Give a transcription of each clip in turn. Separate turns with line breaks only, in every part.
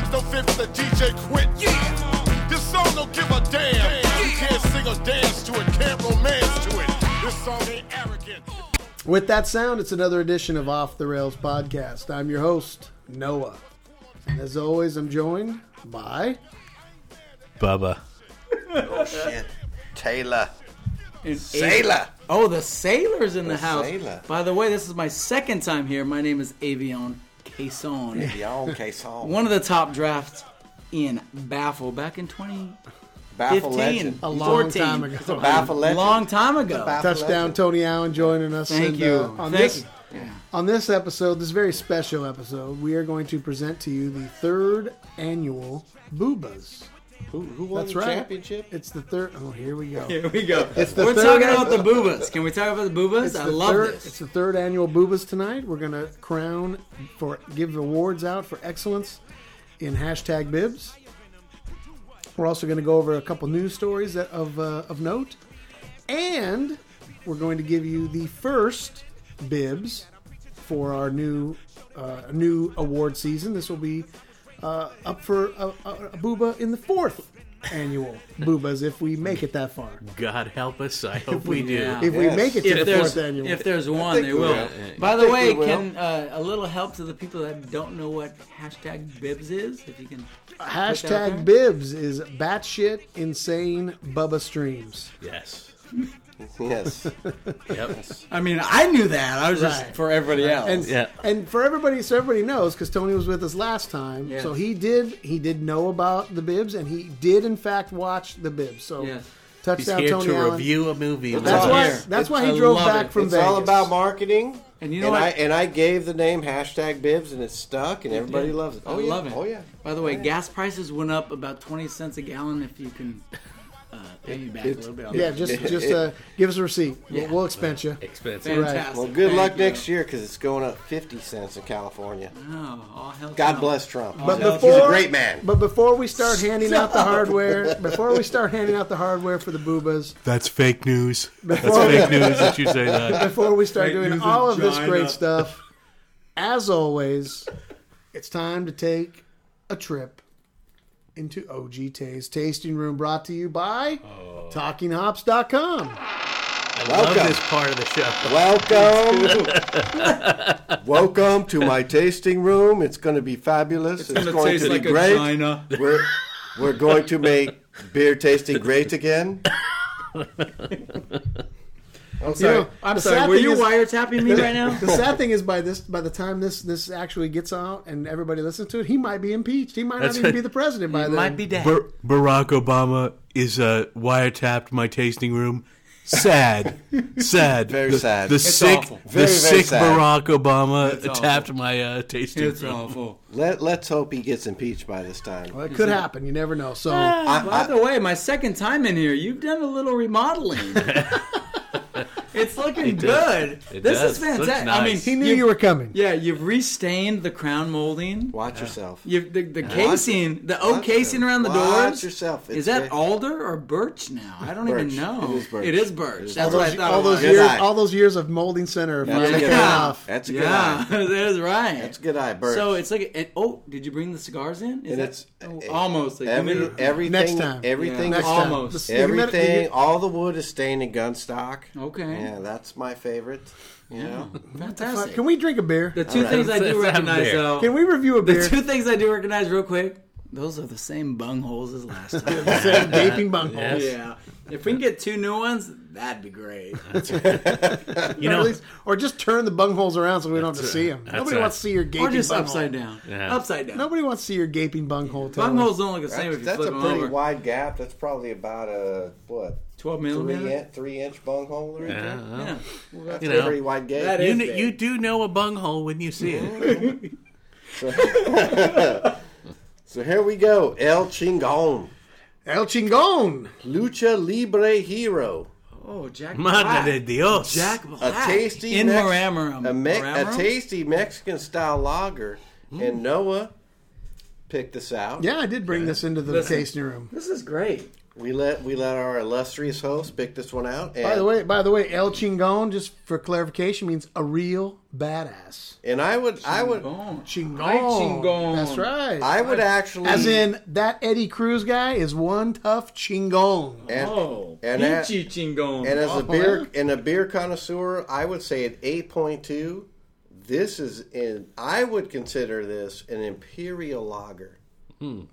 the DJ quit. Yeah. This song don't give a damn. You can't sing or dance to it, can't romance to it. This song ain't arrogant.
With that sound, it's another edition of Off the Rails Podcast. I'm your host, Noah. And as always, I'm joined by.
Bubba.
Shit. Taylor.
An
Taylor.
Oh, the sailor's in the,
The
house.
sailor.
By the way, this is my second time here. My name is Avion Cason.
Beyond case home.
One of the top drafts in Baffle back in 2015.
Baffle legend.
A long
14.
time ago.
It's
a baffle legend.
Long time
The
ago.
baffle
Touchdown,
legend.
Tony Allen joining us.
Thank
and,
you.
uh, on
Thank
this,
you. Yeah.
On this episode, this very special episode, we are going to present to you the third annual Boobas.
Who, who won
That's
the
right.
championship?
It's the third. Oh, here we go.
Here we go.
It's the
We're
third-
talking about the boobas. Can we talk about the boobas?
It's
I
the
love
third, It's
this.
the third annual Boobas tonight. We're gonna crown for give awards out for excellence in hashtag Bibs. We're also gonna go over a couple news stories that of uh, of note, and we're going to give you the first Bibs for our new uh, new award season. This will be uh, up for a, a, a booba in the fourth annual boobas if we make it that far.
God help us. I hope we do.
Yeah.
If we
Yes.
make it to
If
the
There's,
fourth annual,
if there's one, they
we
will.
will.
By the
think
way,
we will.
can uh, a little help to the people that don't know what hashtag bibs is? If you can.
Hashtag
there?
Bibs is batshit insane Bubba streams.
Yes.
Yes.
Yep.
I mean, I knew that. I was
Right.
just for everybody else.
And
Yeah.
and for everybody, so everybody knows because Tony was with us last time,
Yes.
so he did he did know about the Bibs and he did in fact watch the Bibs. So
Yes.
He's
touchdown
here
Tony
to
Allen.
review a movie. with
It's
us.
That's
all
why
here.
that's why he
I
drove
love
back
it.
from
it's
Vegas.
all about marketing.
And you know
I,
what?
and I gave the name hashtag Bibs, and it stuck, and everybody
Yeah.
loves it.
I
Oh yeah.
love it.
Oh yeah.
By the way, gas prices went up about twenty cents a gallon. If you can uh, pay me back a little bit. On
yeah,
that.
just just uh, give us a receipt. We'll, we'll expense you.
Expensive.
fantastic.
Well, good
Thank
luck
you.
next year because it's going up fifty cents in California.
Oh, all hell.
God
no.
bless Trump.
But
He's a
before
great man.
But before we start handing out the hardware, before we start handing out the hardware for the boobas,
That's fake news. That's
Before-
fake news that you say that.
before we start
Great
doing
news
all
in
of this great
China.
stuff, as always, it's time to take a trip into OG Tay's tasting room brought to you by TalkingHops.com.
I
Welcome.
love this part of the show.
Welcome, welcome to my tasting room. It's going to be fabulous. It's, going to be great. We're we're going to make beer tasting great again. I'm
You
sorry.
know,
I'm
the
sorry.
sad
Were
thing
you
is-
wiretapping me right now?
The sad thing is, by this, by the time this this actually gets out and everybody listens to it, he might be impeached. He might
That's
not even
right.
be the president by
I
then.
might be dead.
Bar- Barack Obama is uh, wiretapped my tasting room. Sad, sad,
Very
the,
sad.
The
It's
sick,
awful.
the
Very, very
sick
sad.
Barack Obama
It's awful.
tapped my uh, tasting
It's
room.
awful.
Let Let's hope he gets impeached by this time.
Well, it could happen. You never know. So
I-
By the way, my second time in here, you've done a little remodeling. it's looking good.
It
this
does.
is
Looks
fantastic. I mean,
nice.
he knew you, were coming.
Yeah, you've restained the crown molding.
Watch yourself.
You've, the the casing, the oak
Watch
casing
your-
around the
watch
doors.
yourself.
Is
It's
that
very-
alder or birch now? I don't
Birch.
even
It
know.
is birch.
birch.
It is
That's
birch.
what I thought.
All
it
those
was.
Good
years,
eye.
all those years of molding center are
That's a
finally
good
paying
eye.
off.
That's a good
Yeah,
eye.
that's right.
That's a good eye, Birch.
So it's like, and, oh, did you bring the cigars in? Is
And
that
it's-
oh,
eh,
almost like you
Every,
made-
everything,
Next time.
everything,
Yeah.
Next time.
Almost.
The- the humid- the-
everything. All the wood is stained in gun stock.
Okay.
Yeah, that's my favorite. You know,
Uh,
fantastic.
Can we drink a beer?
the two
right.
things I
Let's-
do
let's have
recognize
beer.
though.
Can we review a beer?
The two things I do recognize real quick. Those are the same bungholes as last time.
Same gaping bunghole.
yeah. If we can get two new ones, that'd be great.
You
Or, at
know,
least, or just turn the bungholes around so we don't have to see them.
that's
Nobody
right.
wants to see your gaping
Or just
bunghole.
upside down.
Yeah.
Upside down.
Nobody wants to see your gaping bunghole. Tony.
Bungholes don't look the same
that's,
if you
that's
flip
a
them
pretty
over.
wide gap. That's probably about a what
12
three
millimeter. Uh-huh.
inch, three inch bunghole or anything.
yeah, well,
Yeah.
That's
You
a
know,
pretty wide gap.
that
you,
is
kn-
big.
you do know a bunghole when you see it.
So here we go. El Chingon,
El Chingon.
Lucha Libre Hero,
Oh, Jack Black.
Madre de Dios.
Jack
a
Black.
tasty
In
Mex-
Moramorum.
a, me- a
Moramorum?
tasty Mexican style lager.
Hmm.
And Noah picked this out.
Yeah, I did bring this into the
Listen.
tasting room.
This is great.
We let we let our illustrious host pick this one out. And,
By the way, by the way, El Chingon, just for clarification, means a real badass.
and I would I would
Boom.
Chingon.
Ay, Chingon.
That's right.
I would actually
As in that Eddie Cruz guy is one tough Chingon.
and,
Oh,
and that-
Pinchy Chingon.
and as a
Oh,
beer and a beer connoisseur, I would say an eight point two. This is in I would consider this an imperial lager.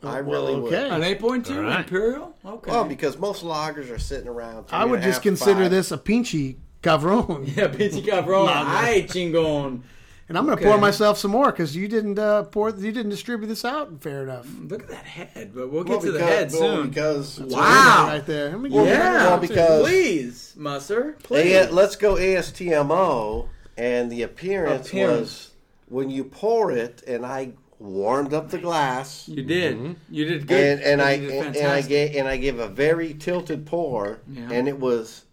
I really would.
An
Hmm. Okay.
8.2
All right.
Imperial? Okay.
Well, because most lagers are sitting around. three
I
and
would
a
just
half,
consider
five.
this a pinchy cavron.
yeah, Pinchy Cabron. Ay, Chingon.
And I'm going to
Okay.
pour myself some more because you didn't uh, pour, you didn't distribute this out fair enough.
Look at that head, but we'll get
Well,
to the
because-
head
well,
soon.
Because
Wow.
Right there. Let me get that.
yeah,
well, because-
please, Musser, please.
A- let's go ASTMO, and the appearance,
Appearance.
was when you pour it, and I warmed up the glass,
You did.
Mm-hmm.
You did good.
and, and
You
I
did
and, I
fantastic.
gave and I gave a very tilted pour,
Yeah.
and it was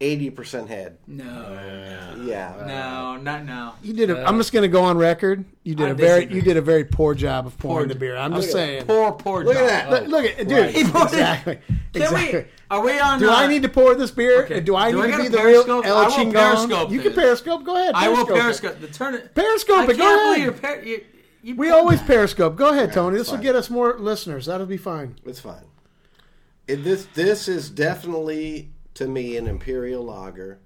eighty percent head.
no,
Yeah,
no, not now.
You did. A, I'm just going to go on record. You did
I
a very,
disagree.
you did a very poor job of pouring the beer. I'm just saying.
Poor, poor.
look
dog.
at that.
Look, look at, dude.
poured it.
Exactly.
Can
Uh, exactly.
we? Are we on?
Do
uh,
I need to pour this beer?
Okay.
Do I
Do
need
I
to
gotta
be the real
periscope?
El
I will
Chingon?
periscope
you can
this.
periscope. Go ahead.
I will
it.
periscope the turn. It.
Periscope
I
it.
can't
Go
believe
ahead.
you're per- you, you
We
pulled
always
that.
periscope. Go ahead, Tony. This will
fine.
get us more listeners. That'll be fine.
It's fine. It, this this is definitely to me an imperial lager.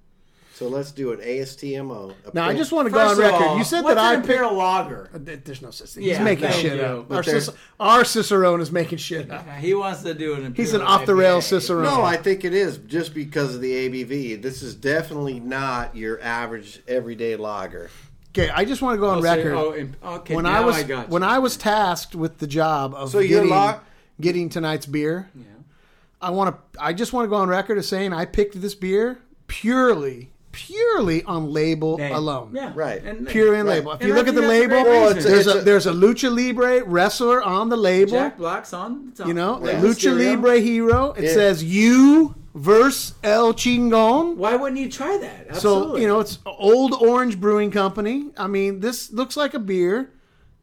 So let's do an ASTMO.
Now I
Appearance.
just want to go
First
on
of
record.
all,
you said
what's
that I
an
picked.
imperial lager.
Th- There's no such thing. He's
Yeah,
making
thank
shit
you.
up.
But
Our,
there-
Cic- our Cicerone is making shit up.
He wants to do an. Imperial
He's an off the rail Cicerone.
No, I think it is just because of the ABV. This is definitely not your average everyday lager.
Okay, I just want to go on
Oh, so-
record.
oh, imp- okay,
when
now
I was
I got you.
when I was tasked with the job of
So you're
getting,
lo-
getting tonight's beer, I want to. I just want to go on record as saying I picked this beer purely, purely on label
Name.
alone.
Yeah.
Right.
And,
Pure and
Right.
label. If
And
you
I
look at
think
the
that's a
label,
great Well,
it's a-
there's,
it's
a,
a-
there's a lucha libre wrestler on the label.
Jack Black's on. The top.
you know,
Rey
lucha
Mysterio.
libre hero. It
Yeah.
says you verse El Chingon.
Why wouldn't you try that? Absolutely.
So you know, it's Old Orange Brewing Company. I mean, this looks like a beer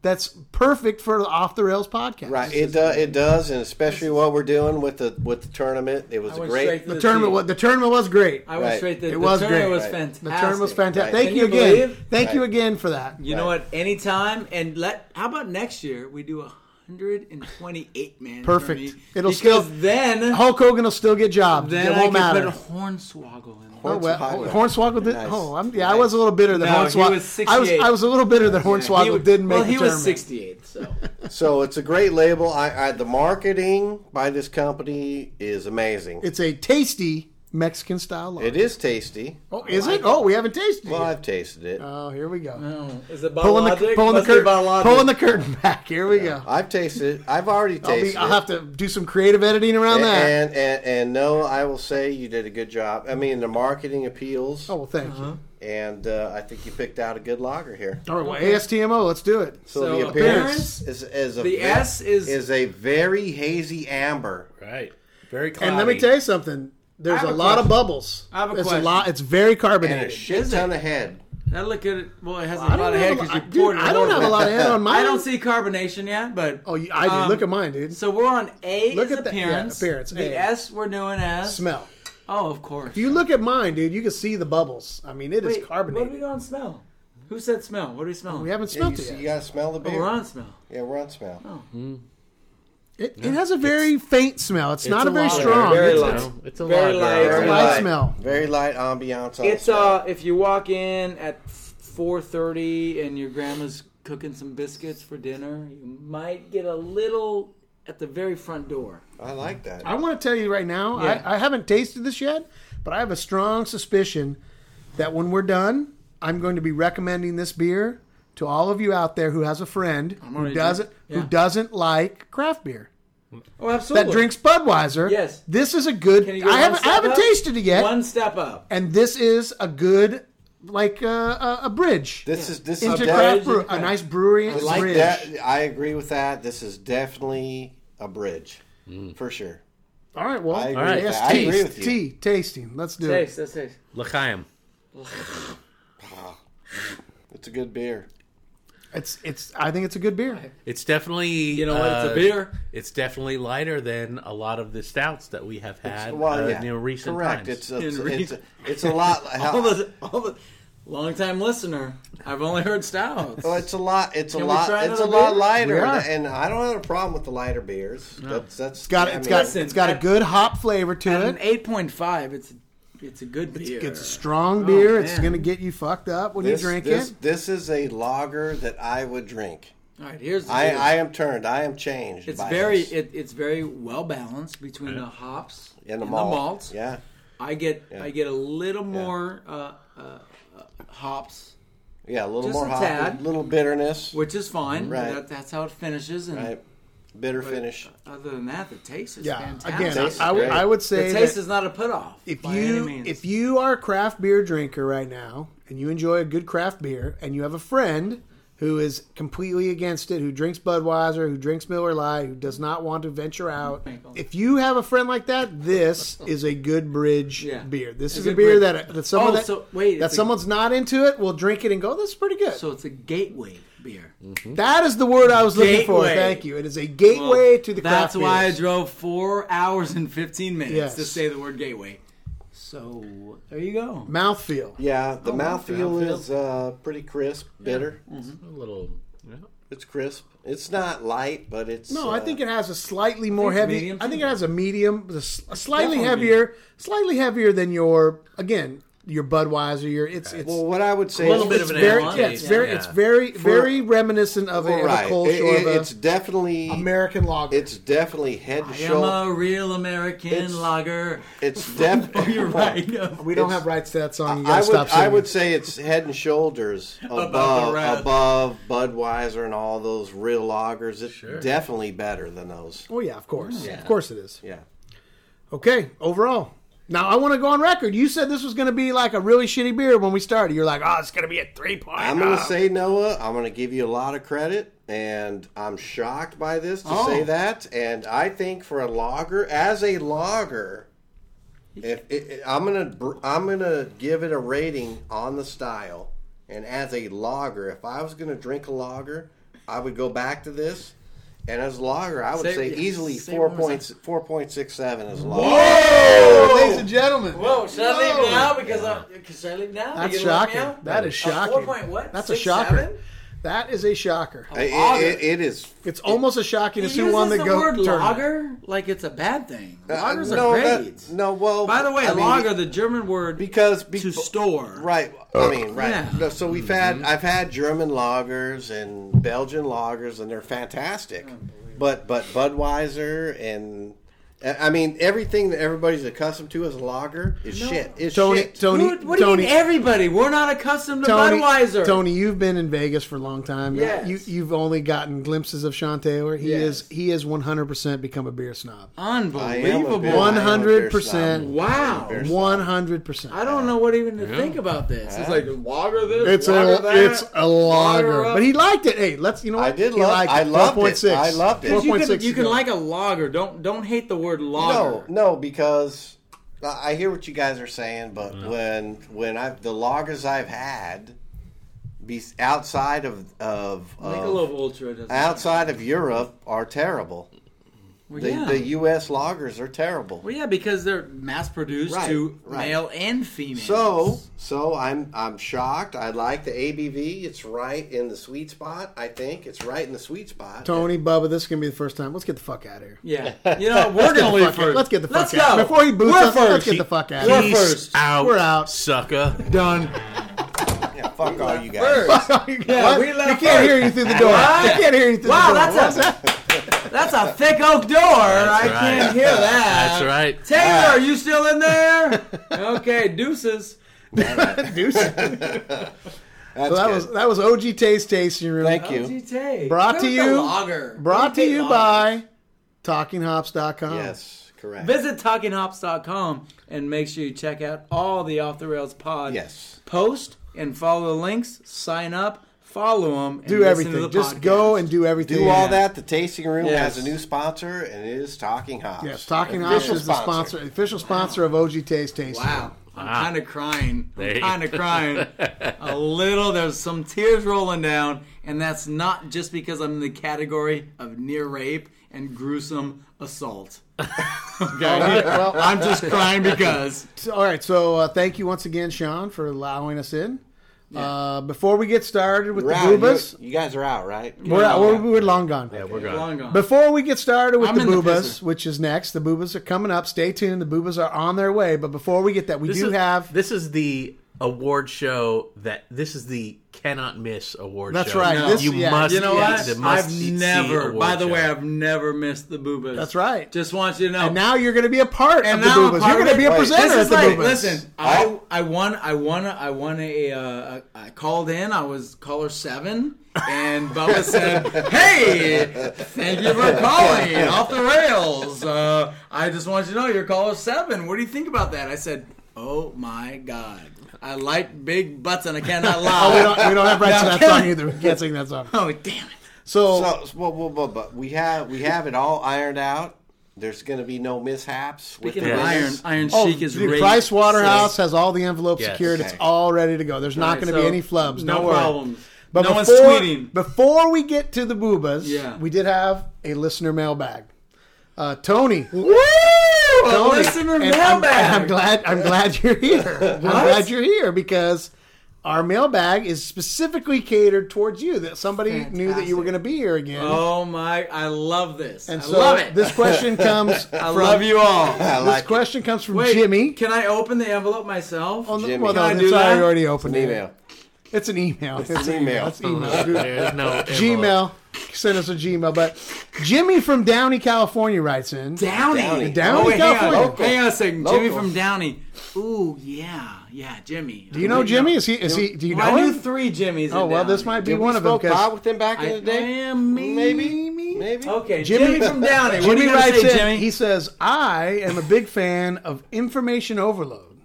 that's perfect for the Off the Rails podcast.
Right. It does. It does, and especially what we're doing with the with the tournament. It was
I went
great.
straight to
The tournament.
team.
Was, the tournament was great.
I went
Right.
straight to
It
the
was
tournament
great.
was
Right.
fantastic.
the tournament was fantastic.
Right.
Thank
Can
you
you
again.
believe?
Thank you
Right.
again for that.
You know what? Anytime and let. How about next year? We do hundred and twenty-eight man.
Perfect.
Journey,
It'll
because
still-
then
Hulk Hogan will still get jobs.
then
it
I can
won't matter.
put a hornswoggle in. there.
Oh, well,
Hornswoggle.
Hornswoggle did.
Nice.
Oh, I'm, yeah, I was a little bitter that
No, he
Hornswoggle.
was
I was.
68.
I was a little bitter that Hornswoggle
He-
didn't make
Well,
the
he
tournament.
was sixty-eight. So
So it's a great label. I, I the marketing by this company is amazing.
It's a tasty Mexican style lager.
It is tasty.
Oh, is it? Oh, we haven't tasted
Well,
it. yet.
I've tasted it.
Oh, here we go.
uh, is it
pulling the,
biologic?
pulling the
Must be
curtain
biologic.
pulling the curtain back. Here we go.
I've tasted it. I've already
I'll,
tasted
be, I'll
it.
have to do some creative editing around that.
and, and and no, I will say you did a good job. I mean, the marketing appeals,
oh well, thank
Uh-huh.
and uh, I think you picked out a good lager here.
you. All right, well, ASTMO, let's do it.
So,
So
the appearance,
appearance,
is, is a
the
ve-
S is-
is a very hazy amber.
Right. Very cloudy.
And let me tell you something. There's
I
a
have a
lot of
question.
bubbles.
I have a
it's
question.
a lot. It's very
and a
carbonated.
shit ton of head.
I look at it. Well, it has a
I
lot of
don't, have
head
a,
because
lot-
you
dude,
poured. it
I don't
over.
have a lot of head on mine.
I don't see carbonation yet, but
Oh, you- I do.
um,
Look at mine, dude.
So we're on A.
Look
is
at the- yeah,
appearance.
appearance,
The
A.
S we're doing as
Smell.
Oh, of course.
If you look at mine, dude, you can see the bubbles. I mean, it is
Wait, What
carbonated.
are we going to smell? Who said smell? What are we smelling?
We haven't
Yeah, you,
smelled
see-
it
you
yet.
gotta smell the
Oh,
beer.
we're on smell.
Yeah, we're on smell.
It, it has a very faint smell. It's, not a,
a
very
lager.
strong.
Very
It's-
light.
No, it's a
Very
lager.
light.
Very light smell.
Very light ambiance. On
It's
the smell.
uh, if you walk in at 4:30 and your grandma's cooking some biscuits for dinner, you might get a little at the very front door.
I like that.
I want to tell you right now,
Yeah.
I, I haven't tasted this yet, but I have a strong suspicion that when we're done, I'm going to be recommending this beer to all of you out there who has a friend who
already
doesn't
drink-
who
yeah.
doesn't like craft beer
Oh,
that
absolutely.
drinks Budweiser.
Yes.
this is a good.
Can you go
I
one
haven't I
step
haven't
up?
tasted it yet,
One step up.
and this is a good like uh, a, a bridge.
This is this is
into
def-
craft brew, a nice brewery
I like
bridge.
that. I agree with that. This is definitely a bridge
Mm.
for sure.
All right, well,
I agree
all right,
with
yes,
that. I agree
taste,
with you.
tea, tasting. Let's do
Taste.
it.
Let's taste.
L'chaim.
It's a good beer.
It's it's. I think it's a good beer.
It's definitely you
know what, it's a
Uh,
beer.
It's definitely lighter than a lot of the stouts that we have had uh, in the recent
correct.
times.
It's a,
In
it's,
re-
it's, a, it's a lot.
all the, all the long-time listener. I've only heard stouts.
Oh, it's a lot. It's a
Can we
lot.
try
It's a
another
lot
beer?
lighter,
We are.
and, and I don't have a problem with the lighter beers. That's that's
It's got
I
it's
mean,
got
Listen,
it's got a
that-
good hop flavor
At
to
an
it.
eight point five, it's it's a good beer.
It's a strong beer. it's
Oh, man.
gonna get you fucked up when
this,
you drink
this,
it.
This is a lager that I would drink.
All right, here's the
I,
deal.
I am turned. I am changed.
It's
by
very
this.
it, it's very well balanced between the hops
and the malt.
malts.
Yeah,
I get I get a little more uh, uh, uh, hops,
yeah. A little
Just
more
a
hop.
tad.
A little bitterness.
which is fine.
Right.
That, that's how it finishes. And
right. Bitter finish.
other than that, the taste is
Yeah.
fantastic.
Again,
Tastes
I, I would
great.
I would
the
say that
taste is not a put off.
if
by any
you
means.
if you are a craft beer drinker right now and you enjoy a good craft beer and you have a friend who is completely against it, who drinks Budweiser, who drinks Miller Lite, who does not want to venture out. If you have a friend like that, this is a good bridge
Yeah.
beer. This
A
is a
good
beer
bridge.
that that someone
Oh,
that,
so- wait,
that
it's a-
someone's not into it will drink it and go, "This is pretty good."
so it's a gateway beer.
That is the word I was looking for.
Gateway.
Thank you. It is a gateway to the craft
That's why I
beers.
drove four hours and fifteen minutes
Yes.
to say the word gateway. So there you go.
mouthfeel.
Yeah, the mouthfeel
mouthfeel.
is uh, pretty crisp, bitter.
a little. Yeah.
It's crisp. It's not light, but it's
No, I
uh,
think it has a slightly more
it's
heavy.
medium
I think
too.
it has a medium, a s- a slightly
Definitely
heavier, slightly heavier than your again your Budweiser. Your it's it's
Well, what I would say
A little
is
bit
it's
of an
very
ale
yeah, it's
taste,
very
yeah.
it's very very reminiscent of a,
Well,
of a
right.
culture
It- it-
of a
it's definitely
American lager.
it's definitely head and
I am
shoulders.
a real American
It's-
lager.
It's
Oh,
definitely
You're right.
we don't
it's-
have rights to that song. You gotta
I would
stop singing.
I would say it's head and shoulders above
rest.
above Budweiser and all those real lagers. It's definitely better than those.
Oh yeah, of course, of course it is.
Yeah.
Okay, overall. Now I want to go on record. You said this was going to be like a really shitty beer when we started. You're like, oh, it's going to be a three point.
I'm gonna say Noah. I'm gonna give you a lot of credit, and I'm shocked by this to say
Oh.
that. And I think for a logger, as a logger, if it, I'm gonna br- I'm gonna give it a rating on the style, and as a logger, if I was gonna drink a logger, I would go back to this. And as a logger, I would
Say-
say
yeah,
easily
say
four
one more time.
points four point six seven as a logger.
ladies and gentlemen.
Whoa, should I leave now? Because I, should I leave now? Are
That's
you gonna let me
shocking.
out?
That is shocking.
A four point what?
That's a
Six,
shocker.
seven?
That is a shocker.
It- it- it- it is
It's almost as shocking
He
as
uses
who won the,
the
goat
word
tournament.
lager like it's a bad thing. Lagers
Uh, no,
are
that-
great.
no, well,
By the way,
I mean,
lager, the German word
because be-
to store.
Right.
Oh.
I mean, right.
Yeah.
No, So we've had
Mm-hmm.
I've had German lagers and Belgian lagers, and they're fantastic. But but Budweiser and I I mean everything that everybody's accustomed to as a lager is shit. Is
Tony,
shit.
Tony,
Dude, what do
Tony,
you mean everybody? We're not accustomed to
Tony,
Budweiser.
Tony, you've been in Vegas for a long time.
Yes.
You, you've only gotten glimpses of Sean Taylor. He
Yes.
is he is one hundred percent become a beer snob.
I am a
Unbelievable.
beer- I am a beer
100%.
snob.
Wow.
Beer snob.
One hundred percent.
I don't know what even to think about this. It's like lager this,
It's a
lager that.
it's a lager,
up.
but he liked it. Hey, let's you know what
I did
He
love-
liked
I loved it.
4.6.
I loved it.
4.6
you can,
is
you can
good.
like a lager. Don't don't hate the word
No,
lager.
no, because I I hear what you guys are saying, but when when I the lagers I've had, be outside of of,
Michelob
of
Ultra doesn't.
outside of Europe are terrible.
well,
The,
yeah.
the U.S. loggers are terrible.
well, yeah, because they're mass produced
Right,
to
right.
male and female.
So, so I'm I'm shocked. I like the ABV. It's right in the sweet spot. I think it's right in the sweet spot.
Tony Bubba. This is gonna be the first time. Let's get the fuck out of here.
yeah, you know we're
Let's get
gonna
the
leave
fuck out-
first.
Let's get the fuck
Let's
out.
go.
Before he boots
We're
us, let's
first.
get the fuck out.
We're
of here.
Peace
first.
out.
We're out.
Sucker. Done.
Yeah, fuck all you guys.
Yeah,
What?
we
we
let him
can't
first.
hear you through the door. We
What?
can't hear you through
Wow,
the door.
that's a that's a thick oak door. I
right.
can't hear that.
That's right.
Taylor,
Ah.
are you still in there? okay, deuces.
That's
So that
good.
was uh, that was OG Taste Tasting Room.
Thank you.
LGT.
Brought to
Go with
you-
the lager.
Brought to
Go with
you
the lager.
by TalkingHops.com.
Yes, correct.
Visit talkinghops.com and make sure you check out all the Off the Rails pod
Yes.
post and follow the links, sign up, follow them, and
Do
listen
everything.
To the
Just
podcast.
go and do everything.
Do all that. The tasting room
Yes.
has a new sponsor, and it is Talking Hops.
Yes, Talking Hops
Official
is the sponsor, official sponsor of OG Taste Tasting.
Wow. I'm kind of crying.
There
I'm
you-
kind of crying a little. There's some tears rolling down, and that's not just because I'm in the category of near rape and gruesome assault. okay,
well,
I'm just crying because
So, all right, so uh, thank you once again, Sean, for allowing us in. Uh, before we get started with
We're
the
out.
boobas,
You, you guys are out, right?
we're, out, we're, we're long gone.
We're gone.
long gone.
Before we get started with
I'm
the
in the
boobas,
pisser.
which is next, the boobas are coming up. Stay tuned. The boobas are on their way. But before we get that, we
This
do
is-
have.
this is the award show that this is the cannot miss award
That's
show.
right.
No.
This,
You
yeah.
must
You know
Yes.
what?
The must
I've
see
never.
award
By the
show.
way, I've never missed the boobas.
That's right.
Just want you to know.
and now you're going to be a part
And
of the
now I'm
boobas.
part
You're
of
going to
it.
be a
Wait,
presenter
this
at
is
the
like,
boobas.
listen, I I won I won I won a, uh, I called in. I was caller seven, and Bubba said, "Hey, thank you for calling. Off the rails. Uh, I just want you to know you're caller seven. What do you think about that?" I said, "Oh my god, I like big butts, and I cannot lie."
Oh, We don't, we don't have rights to
Now,
that
can
song
I-
either. We can't sing that song.
Oh damn it!
So,
So, well, well, well, but we have we have it all ironed out. There's going to be no mishaps. with
Speaking
the
of iron,
business.
Iron
oh,
Sheik is
the
raised.
Price Waterhouse has all the envelopes
Yes.
secured. It's
Okay.
all ready to go. There's not
All right,
going to be
so
any flubs.
No
Don't worry.
problems.
But
no
before,
one's tweeting.
Before we get to the boobas,
Yeah.
we did have a listener mailbag. Uh, Tony.
Woo! A
Tony,
listener
and I'm-
mailbag.
I'm, glad. I'm glad you're here. I'm glad you're here because our mailbag is specifically catered towards you. That somebody knew that you were going to be here again.
Oh my! I love this.
and
I
so
love it.
this question comes.
I love you all.
I
This
like it.
question comes from
Wait,
Jimmy.
Can I open the envelope myself?
Oh, no,
Jimmy.
Well,
Can
no,
I
it's
do that?
already- already opened.
An email.
It's an email. It's,
an email.
It's email.
There's no envelope.
Gmail. Send us a Gmail. But Jimmy from Downey, California writes in.
Downey.
Downey.
Downey,
oh, wait, hang on.
California.
Hang on a second.
Local.
Jimmy from Downey. Ooh, yeah, yeah, Jimmy.
Do you know Jimmy? Is he? Is he? Do you know
I knew
him?
three Jimmys.
Oh
in
well, this
Downey.
might be
Did we
one of them.
smoke pot
'cause
with them back
I,
in the day?
I am me.
Maybe, maybe.
Okay,
Jimmy-
Jimmy, from Downey. what are
Jimmy
you gonna
writes
say,
in.
Jimmy?
He says, "I am a big fan of information overload."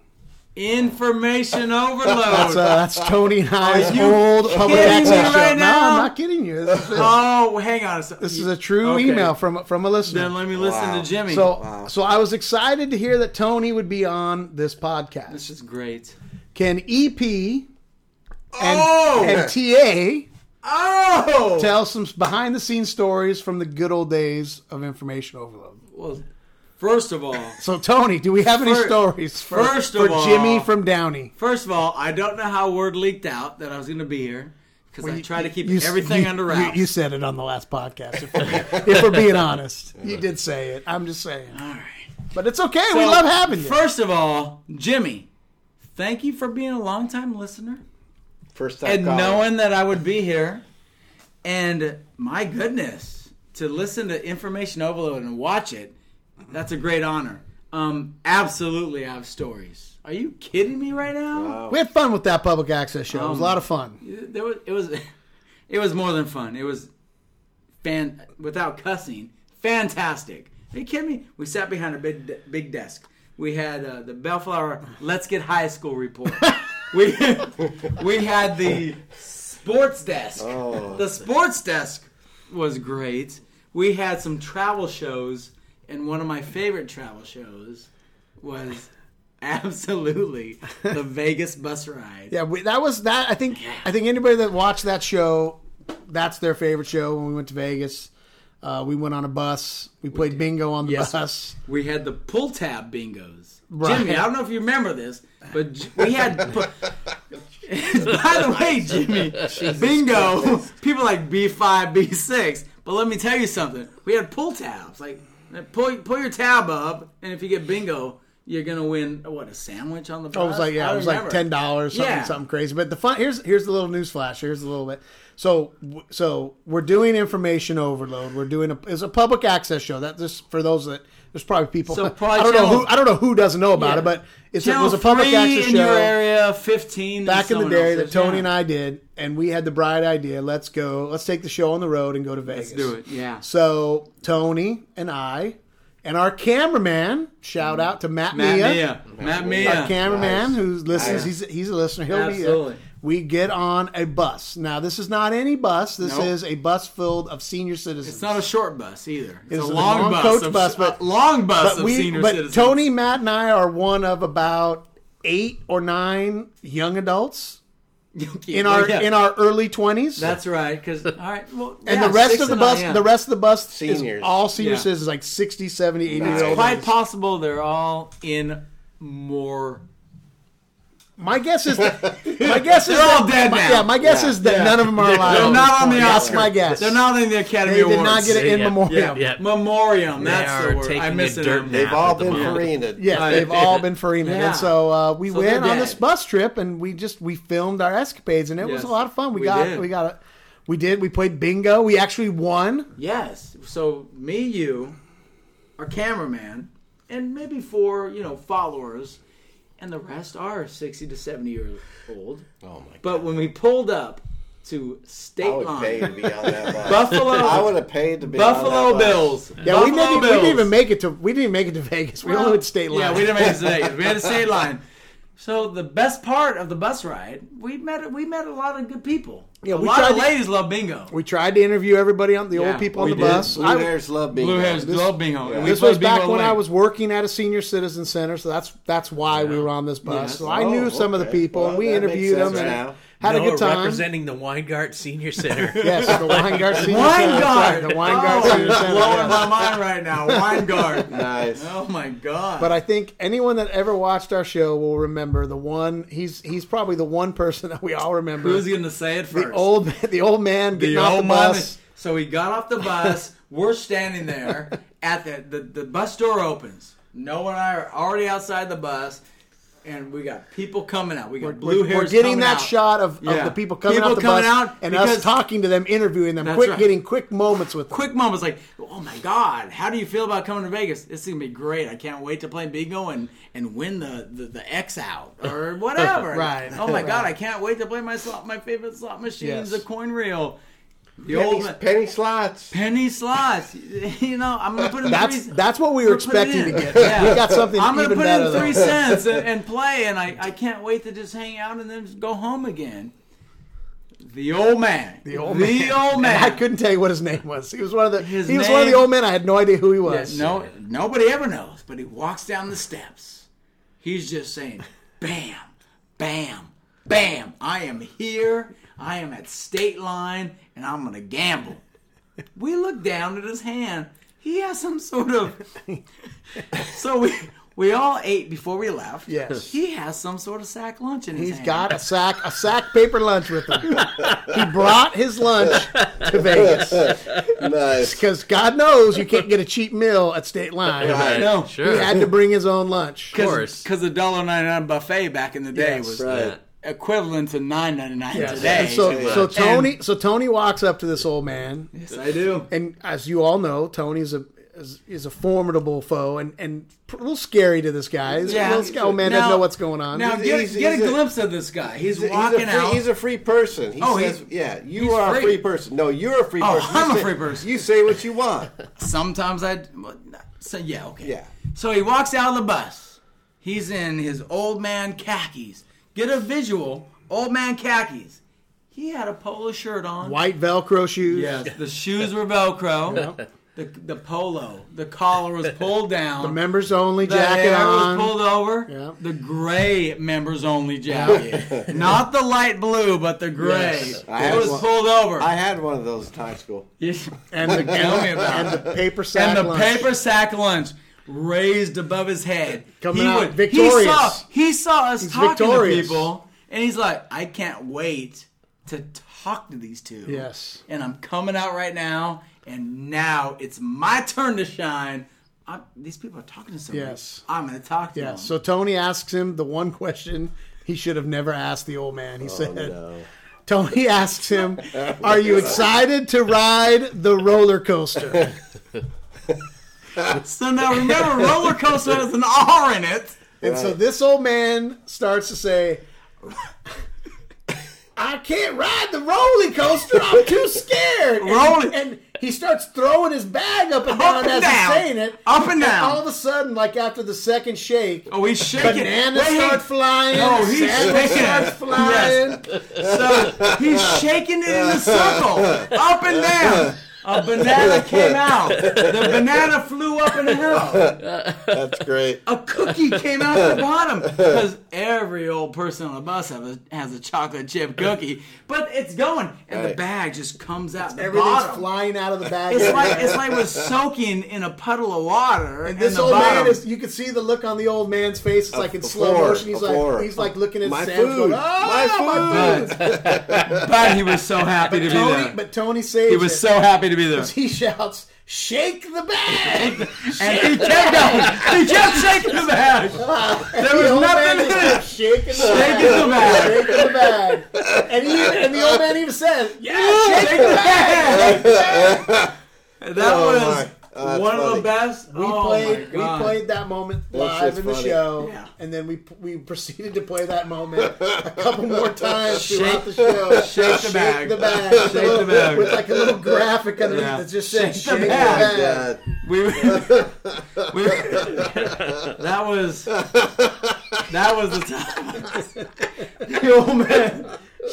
Information overload.
That's, uh, that's Tony and I's
you
old public
kidding
access
me
show.
right
no,
now?
I'm not kidding you. This is,
oh, hang on a second.
this is a true
Okay.
email from from a listener.
Then let me listen
Wow.
to Jimmy.
so, so I was excited to hear that Tony would be on this podcast.
this is great.
Can EP and,
Oh!
and TA
Oh.
tell some behind the scenes stories from the good old days of information overload?
Well, first of all,
So, Tony, do we have any
Fir-
stories for,
first of
for
all-
Jimmy from Downey?
first of all, I don't know how word leaked out that I was going to be here because I try to keep
You-
everything
you-
under
you-
wraps.
You, said it on the last podcast. If we're, if we're being honest, you did say it. I'm just saying,
all right.
but it's okay. we
So,
love having you.
First of all, Jimmy, thank you for being a longtime listener
First time
and
caller.
knowing that I would be here. And my goodness, to listen to Information Overload and watch it, that's a great honor. Um, absolutely, I have stories. Are you kidding me right now?
we had fun with that public access show. it was a lot of fun.
there was it was it was more than fun. It was fan without cussing, fantastic. Are you kidding me? We sat behind a big de- big desk. We had uh, the Bellflower Let's Get High School report. we we had the sports desk. The sports desk was great. We had some travel shows, and one of my favorite travel shows was absolutely the Vegas bus ride.
Yeah, we, that was that. I think I think anybody that watched that show, that's their favorite show. When we went to Vegas, uh, we went on a bus. We played bingo on the
Yes.
bus.
We had the pull tab bingos. Jimmy, I don't know if you remember this, but J- we had. pu- By the way, Jimmy, bingo. People like B five, B six. But let me tell you something. We had pull tabs. Like pull pull your tab up, and if you get bingo, you're gonna win what a sandwich on the. Bus?
I was like, yeah,
don't
it was like
remember.
ten dollars, something,
Yeah.
something crazy. But the fun here's here's the little news flash. Here's a little bit. So w- so we're doing information overload. We're doing a it's a public access show. That just for those that there's probably people.
So probably
I don't know who
channel-
I don't know who doesn't know about
Yeah.
it, but it's, it
Channel
was a public
three
access
in your
show
area. Fifteen
back in the day that Tony and
and I.
I did, and we had the bright idea. Let's go. Let's take the show on the road and go to Vegas.
do it, yeah.
So Tony and I. And our cameraman, shout out to Matt,
Matt
Mia
Mia. Matt
our
Mia.
cameraman
Nice.
who listens. He's he's a listener. He'll
Absolutely.
be. uh, we get on a bus. Now this is not any bus. This
Nope.
is a bus filled of senior citizens.
It's not a short bus either. It's,
It's
a
a
long,
long
bus,
coach
of-
bus, but-
a long bus
but
of
we,
senior
but
citizens.
Tony, Matt, and I are one of about eight or nine young adults
Okay,
in
well,
our
yeah,
in our early twenties.
that's right. Because all right, well,
and
yeah,
the rest
six
of the
and I
bus,
am.
the rest of the bus,
Seniors.
is all senior
Yeah.
citizens, like 60, 70, 80 year
It's
old.
quite possible they're all in more.
My guess is, that, my guess is
They're all
that-
dead
my-
now.
Yeah, my guess is that
Yeah.
none of them are alive.
They're
at
not
this
on the
point. That's
Oscar.
my guess.
They're not in the Academy
They did
Awards.
not get it in
Yeah,
memoriam.
Yeah.
Memoriam.
They
That's
are
the word.
taking
I
a
miss it.
dirt
on-
nap.
They've all
at the
been
moment.
farinaed.
Yes,
Right.
they've all been farinaed.
Yeah.
And so uh, we
So they're
went on
dead.
this bus trip and we just we filmed our escapades and it was
Yes.
a lot of fun. We,
We
got
did.
we got a, we did. We played bingo. We actually won.
Yes. So me, you, our cameraman, and maybe four, you know, followers, and the rest are sixty to seventy years old.
Oh my god!
But when we pulled up to state
I would pay to
line,
be on that bus.
Buffalo,
I would have paid to be on
Buffalo
that bus.
Bills.
Yeah,
Buffalo
we, maybe, we
Bills.
didn't even make it to we didn't even make it to Vegas. We only went state line.
Yeah, we didn't make it to Vegas. We had a state line. So the best part of the bus ride, we met we met a lot of good people.
Yeah,
a
we
lot
tried
of
to-
ladies love bingo.
We tried to interview everybody on the
Yeah,
old people on
we
the
did.
bus.
Blue
I-
hairs love being
Blue hairs
this-
love bingo. and we
this
played
was back
bingo
when
away.
I was working at a senior citizen center, so that's that's why we were on this bus.
Yeah.
So I knew
Oh,
some of the
okay.
people, and
Well,
we
that makes
interviewed them
sense
and
now.
had a
Noah
good time.
representing the Weingart Senior Center.
Yes, the Weingart Senior Center. That's right,
Weingart.
the Weingart
oh,
Senior Center.
blowing
yeah.
my mind right now. Weingart.
Nice.
Oh my god.
But I think anyone that ever watched our show will remember the one. He's he's probably the one person that we all remember.
who's gonna say it first?
the old the old man getting
The
off
old
the
man-
bus?
So we got off the bus. we're standing there at the, the the bus door opens. No one and I are already outside the bus, and we got people coming out. We got blue
we're,
hairs.
we're getting
coming
that
out.
shot of,
Yeah.
of the people coming
People
out the
coming
bus
out
and us
because-
talking to them, interviewing them,
That's
quick
right.
getting quick moments with them.
Quick moments like, oh my god, how do you feel about coming to Vegas? This is gonna be great. I can't wait to play bingo and and win the the, the X out or whatever.
Right.
Oh my god, I can't wait to play my slot, my favorite slot machines,
Yes.
the coin reel. The
Penny,
old
penny slots.
penny slots. You know, I'm gonna put in
That's
three,
that's what we were
We're putting
expecting to
it in.
get.
Yeah.
We got something
I'm gonna
even
put
better.
in three
though.
cents and, and play, and I, I can't wait to just hang out and then just go home again. The old man. The
old
The
man.
old man.
I couldn't tell you what his name was. He was one of the
His
he was one of the
name-
old men. I had no idea who he was.
No, nobody ever knows, but he walks down the steps. He's just saying, "Bam, bam, bam! I am here. I am at state line, and I'm gonna gamble." We look down at his hand. He has some sort of. so we we all ate before we left.
Yes.
He has some sort of sack lunch in his
He's
hand.
got a sack a sack paper lunch with him. he brought his lunch to Vegas
Nice.
because God knows you can't get a cheap meal at state line.
Right.
No,
He
sure.
had to bring his own lunch.
of course.
because the dollar ninety nine buffet back in the day
Yes.
was
Right.
equivalent to nine ninety nine
Yes.
today.
And so, so
And-
Tony, so Tony walks up to this old man,
yes, I do.
and as you all know, Tony's a is, is a formidable foe, and and a little scary to this guy. This
Yeah.
little sc- old "Oh, man doesn't
Now-
know what's going on.
Now
He's-
get,
he's-
get
he's
a
a-
glimpse of this guy. He's,
He's a
walking
free,
out.
He's a free person. He
Oh,
says,
he's-
"Yeah, you
he's
are
free.
a free person. No, you're a free
Oh,
person. You
I'm a
say-
free person.
You say what you want.
Sometimes I so yeah okay.
Yeah.
So he walks out of the bus. He's in his old man khakis. Get a visual. Old man khakis. He had a polo shirt on.
White Velcro shoes.
Yes. The shoes were Velcro. The, the polo. The collar was pulled down.
The members only
The
jacket
hair
on.
was pulled over.
Yep.
The gray members only jacket, not the light blue, but the gray.
Yes.
I
It
had
was
one-
pulled over.
I had one of those in high school.
and the, tell me about it.
paper sack
And the
lunch.
paper sack lunch raised above his head.
Coming
he
out
He
victorious.
saw, he saw us talking
victorious.
to people, and he's like, I can't wait to talk to these two.
Yes.
And I'm coming out right now, and now it's my turn to shine. I'm, these people are talking to somebody.
Yes.
I'm going to talk to
Yeah.
them.
So Tony asks him the one question he should have never asked the old man. He said, Tony asks him, Are you excited to ride the roller coaster?
So now remember, roller coaster has an R in it.
And so this old man starts to say, I can't ride the roller coaster. I'm too scared. And-
Rolling.
And he starts throwing his bag up and down
Up and
as
down.
he's saying it.
Up and down.
all of a sudden, like after the second shake,
Oh, he's shaking.
bananas
Wait,
start flying.
No, he's
sandwich
shaking.
starts flying.
So he's shaking it in a circle, up and down. A banana came out. The banana flew up in hell.
That's great.
A cookie came out the bottom because every old person on the bus have a, has a chocolate chip cookie, but it's going and the
Right.
bag just comes out the
Everything's
bottom.
flying out of the bag.
It's like it's like we're soaking in a puddle of water.
And this
the
old
bottom.
man is, you could see the look on the old man's face. It's like in slow
Before,
motion. He's
before.
like, he's like looking at
My
Sam.
food.
Going,
My
"Oh,
"Ah, my
food."
food.
But he was so happy to be
Tony,
there.
but Tony saves
he was so happy to be there.
He shouts, "Shake the bag!"
And he kept going. He kept shaking the bag. There
The
was
old man
nothing in
is like,
it.
Shaking the
Shaking the bag.
Shaking the bag. And, he, and the old man even said,
Yeah, shake the bag. That was
Oh, that's
one of
funny.
the best.
We
oh
played.
my God.
We played that moment live
just
in the
funny.
show,
Yeah.
and then we we proceeded to play that moment a couple more times throughout the show.
Oh, Shake the bag.
the bag,
Shake the
Little-
bag.
with like a little graphic underneath
Yeah.
that just says
Shake the
"Shake the
bag."
bag."
God.
We, we that was that was the time. the old man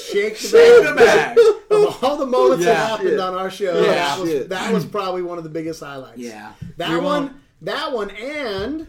Shake the
shake
bag.
the bag.
Of all the moments
Yeah.
that happened on our show,
Yeah.
that, was,
Shit.
that was probably one of the biggest highlights.
Yeah.
that
We won't-
one, that one, and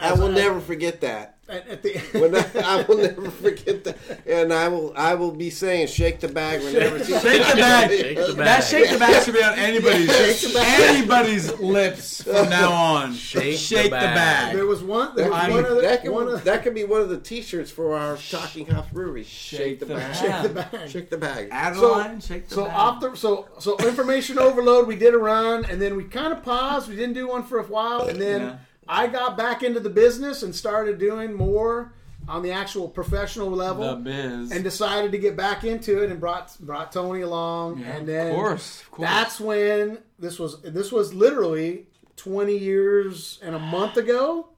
I will never forget that.
at, at the
When I, I will never forget that, and I will I will be saying shake the bag whenever. she-
Shake the bag.
Shake the
That
bag.
shake the bag should be on anybody's anybody's lips from now on.
Shake the bag.
there was one, there was
I
one
mean,
other,
That could,
one other,
that could be one of the T-shirts for our Talking House Brewery. Shake, the, bag.
Shake the bag.
bag.
Shake the bag.
Adeline, shake the
So
bag.
off the so so information overload. We did a run, and then we kind of paused. We didn't do one for a while, and then
Yeah.
I got back into the business and started doing more on the actual professional level,
the biz.
and decided to get back into it, and brought brought Tony along,
Yeah,
and then
of course, of course.
that's when this was this was literally twenty years and a month ago.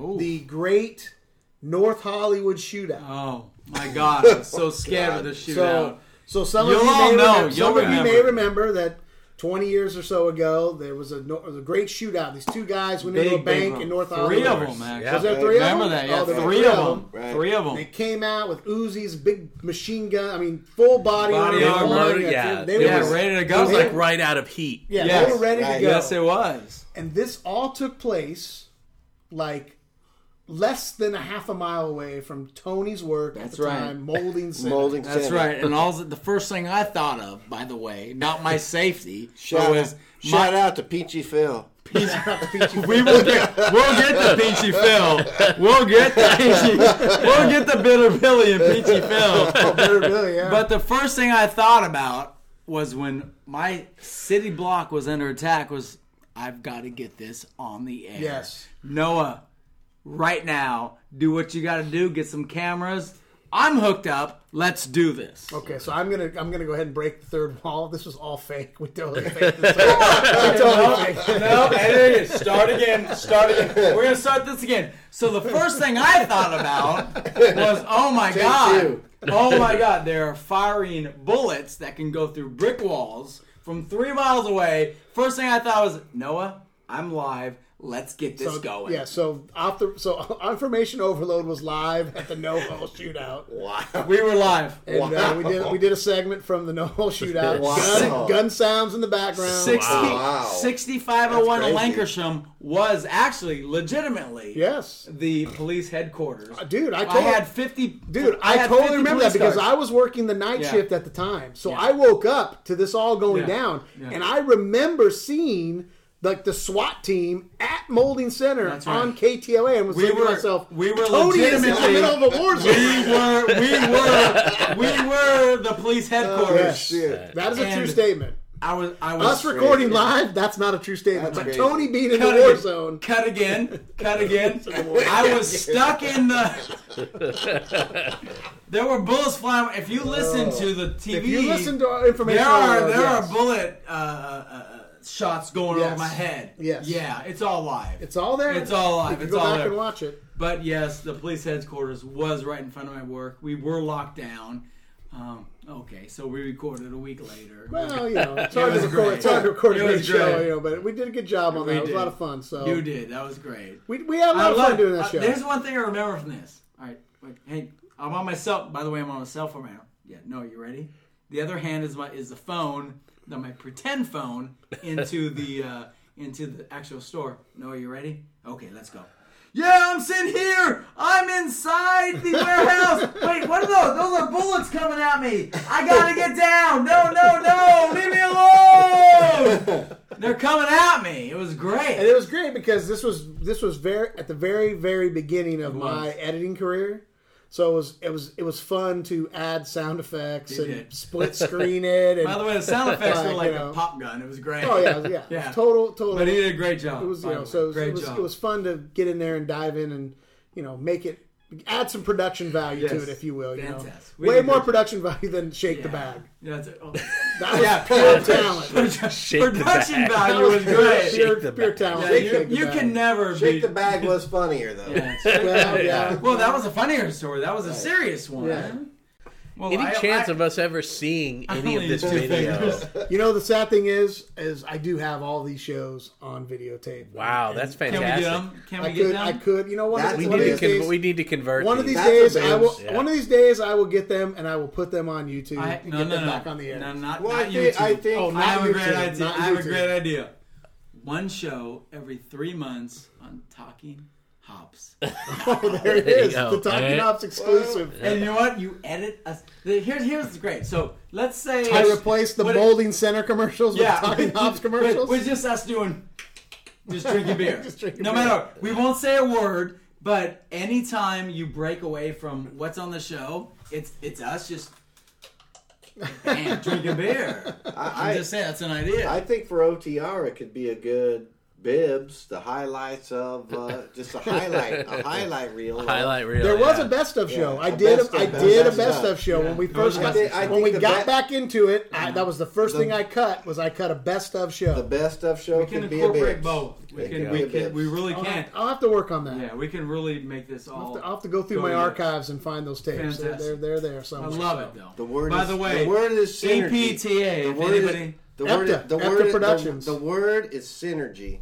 oh.
The great North Hollywood shootout.
oh my God! I'm so scared of the shootout.
So, so some
You'll
of you
all
may
know,
remember, some
you'll
of you may
remember.
remember that 20 years or so ago there was a, no- there was a great shootout. These two guys went into a
Big, big
bank
one.
in North
Three
Hollywood.
of them, actually.
Was there
Yeah.
three
Remember
of them?
that? Yeah,
Oh, there
three
were
of them. Three of them.
They came out with Uzis, big machine gun. I mean, full body,
Body
armor.
armor,
Armor,
yeah.
They
yeah,
were
ready to
It
go.
was like right out of heat.
Yeah,
Yes.
they were ready
Right.
to go.
yes, it was.
and this all took place like less than a half a mile away from Tony's work
That's
at the
right.
time, molding center.
Molding
That's
Center.
right. And all the first thing I thought of, by the way, not my safety,
Shout,
was
shout out to Peachy Phil.
we will get, we'll get the peachy Phil. We'll get the peachy, we'll get the bitter Billy and peachy Phil.
Really, yeah.
But the first thing I thought about was when my city block was under attack. Was I've got to get this on the air.
Yes.
Noah, right now, do what you got to do. Get some cameras. I'm hooked up. Let's do this.
Okay, so I'm gonna I'm gonna go ahead and break the third wall. This was all fake. We totally faked this. We totally faked it.
No, and it is. Start again. Start again. We're gonna start this again. So the first thing I thought about was, oh my god,
two.
oh my god, they are firing bullets that can go through brick walls from three miles away. First thing I thought was, Noah, I'm live. Let's get this going.
Yeah. So after so information overload was live at the No Hole Shootout,
We were live.
and uh, we did we did a segment from the No Hole Shootout.
Wow.
Gun, gun sounds in the background.
60,
Wow.
6501
That's crazy.
Lancashire was actually legitimately
Yes,
the police headquarters.
Uh, dude. I,
I
totally,
had 50
dude. I,
had
totally
50
remember
police
that because
cars.
I was working the night
Yeah.
shift at the time, so I woke up to this all going
Yeah.
down,
Yeah.
and I remember seeing. Like the SWAT team at Molding Center
That's right.
on KTLA, and was
We
thinking to
were-
myself,
we were
Tony is in the
legitimately-
middle of a war zone.
we were we were we were the police headquarters.
Oh, Yes. That is a true
And-
statement.
I was I was
Us recording live, that's not a true statement.
That's
But
crazy.
Tony being in the
Cut
war
again.
zone.
Cut again, cut again. I was stuck in the. there were bullets flying. If you listen to the TV,
If you listen to our information,
there are
on-
there
yes.
are bullet uh, uh, uh, shots going
Yes.
over my head.
Yes.
yeah, it's all live.
It's all there.
It's all live.
You can
It's
go
all
back
there.
and watch it.
But yes, the police headquarters was right in front of my work. We were locked down. Um, okay, so we recorded a week later.
Well, you know, it's hard, to
was
record,
great.
it's hard to record
It
a great
was
show,
great.
you know, but we did a good job on that.
We
It was a
did.
lot of fun. So
you did. That was great.
We, we had a lot of fun doing that
uh,
show.
There's one thing I remember from this. All right, wait, hey, I'm on my cell. By the way, I'm on a cell phone right now. Yeah, no, you ready? The other hand is my is the phone the, my pretend phone into the uh, into the actual store. No, are you ready? Okay, let's go. Yeah, I'm sitting here. I'm inside the warehouse. Wait, what are those? Those are bullets coming at me. I gotta get down. No, no, no. Leave me alone. They're coming at me. It was
And
great.
it was great because this was this was very at the very very beginning of my
was.
editing career. So it was it was it was fun to add sound effects and
did.
split screen it and
By the way, the sound effects
Like,
were like
you know.
a pop gun. It was great.
oh yeah yeah,
Yeah.
total total
But he did a great job.
it was you
by
know
the
so it
way.
was,
great
it was
job.
it was fun to get in there and dive in and you know make it add some production value to
Yes.
it if you will you know
Fantastic. We
way
did
more
good.
production value than shake the bag
Yeah, that's it. Oh.
that was pure talent
Shake the
Production
bag.
value was great.
pure,
the
pure
bag.
talent
Yeah,
Shake
you,
the
you
bag.
can never be.
Shake the bag was funnier though.
Yeah.
well, yeah.
Well, that was a funnier story. That was a serious one.
Yeah.
Well,
Any
I-
chance
I-
of us ever seeing any of
only
this
two
video?
fingers.
You know the sad thing is, is I do have all these shows on videotape.
Wow, that's
Can we get
fantastic.
them? Can we
I
get
could,
them?
I could. You know what?
That
One,
We
of
need to
these
con-
days,
we need to convert
one of these
That's a
days, I will.
binge,
yeah.
One of these days, I will get them and I will put them on YouTube
I-
and
no,
get
no,
them
no.
back on the air.
No, not,
Well,
not
I think, I
YouTube.
think
Oh,
I have a
YouTube,
great idea.
not
I have a
YouTube.
great idea. One show every three months on Talking Hops.
There it is.
There you
The
go.
Talking
Eh?
Ops exclusive.
And you know what? You edit us. Here's here's great. So let's say
I replaced the
What-
Boulding Center commercials
yeah,
with Talking Ops commercials.
With just us doing, just drinking beer.
Just drinking
no
beer.
matter, we won't say a word. But anytime you break away from what's on the show, it's it's us just bam, drinking beer. I,
I-
am just saying that's an idea.
I think for OTR it could be a good bibs, the highlights of uh, just a highlight, a highlight reel. of-
Highlight reel.
there was
yeah.
a best of show. I
a
did.
best
A,
of-
I
a
did a
best
best
of.
of show when we
was
first
a
got
best of
show.
when we
I think the
got
be- Mm-hmm.
back into it. I, that was the first
The-
thing I cut. Was I cut a best of
The
show?
best of show
we can
could be a
incorporate
bibs.
both. We
It
can,
could
we
be a
can,
bibs.
we really
I'll
can.
have, I'll have to work on that.
Yeah, we can really make this
I'll
all.
have to- I'll have to go through
Go
my
to-
archives and find those tapes. They're,
Fantastic.
they're, they're there. So
I love it though.
The word.
By
is,
the way,
the word is
E
synergy.
EPTA.
The
if
word
anybody.
is the word.
EPTA,
the
EPTA
word. the-
Productions.
The, word is synergy.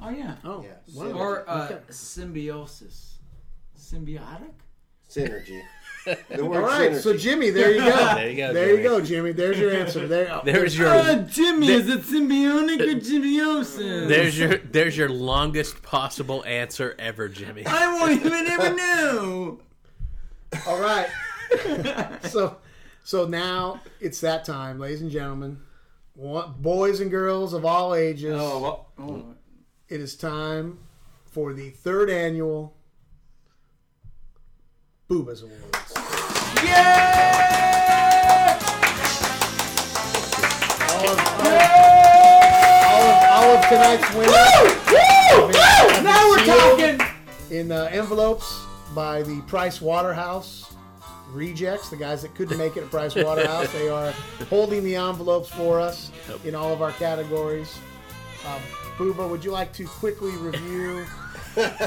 oh yeah.
Oh,
Yeah,
wow.
Or uh,
Okay.
symbiosis. Symbiotic?
Synergy. The word
All right,
synergy.
so Jimmy, there you go.
There you go,
There you
Jimmy.
go, Jimmy. There's your answer. There.
There's your
Ah, Jimmy, is it symbiotic or symbiosis?
there's your there's your longest possible answer ever, Jimmy.
I won't even ever know.
All right. so, so now it's that time, ladies and gentlemen, Wa- boys and girls of all ages.
Oh, well, oh.
It is time for the third annual Boobas Awards. All of, all of tonight's winners
Now we're talking.
in uh, envelopes by the Price Waterhouse rejects, the guys that couldn't make it at Price Waterhouse. they are holding the envelopes for us in all of our categories. Uh, Booba, would you like to quickly review?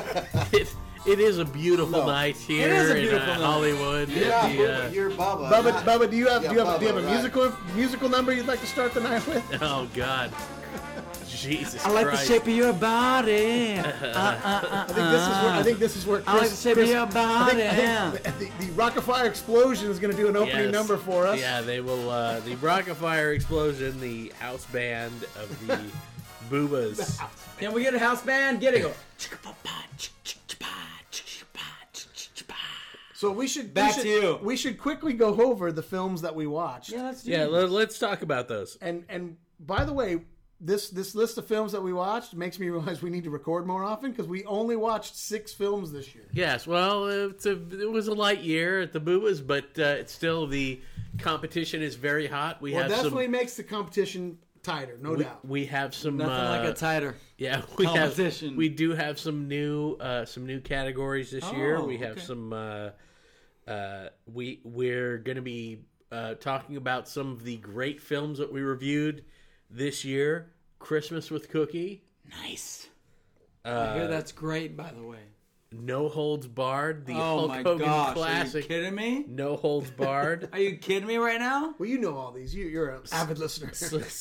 It, it is a beautiful night here
It is a
in
beautiful
uh,
night.
Hollywood.
Yeah,
at the,
Bubba,
uh,
you're Bubba.
Bubba,
not-
Bubba, do you have
Yeah,
do you have, do you
Bubba,
have a
right.
musical musical number you'd like to start the night with?
oh God, Jesus
I like the
Christ!
shape of your body.
I think this is where I think this is where Chris,
I like the shape
Chris-
of your
I
body.
think, I think the, the Rockefeller explosion is going to do an opening
Yes.
number for us.
Yeah, they will. Uh, the Rockafire explosion, the house band of the Boobas.
Can we get a house band? Get it. Go.
So we should
Back
we should,
to you.
We should quickly go over the films that we watched.
Yeah, let's do
Yeah,
it.
let, let's talk about those.
And and by the way, this this list of films that we watched makes me realize we need to record more often because we only watched six films this year.
Yes, well, it's a, it was a light year at the Boobas, but uh, it's still the competition is very hot. We
Well,
have
definitely
some.
makes the competition tighter, no
We,
doubt.
we have some.
Nothing
uh,
like a tighter.
Yeah, we
Competition.
Have, we do have some new uh, some new categories this year.
Oh,
We have
okay.
some. Uh, uh, we we're going to be uh, talking about some of the great films that we reviewed this year. Christmas with Cookie,
Nice. I hear that's great, by the way.
No Holds Barred, the
Oh
Hulk
my
Hogan
gosh! Are you
classic.
kidding me?
No Holds Barred.
Are you kidding me right now?
well, you know all these. You, you're an avid listener.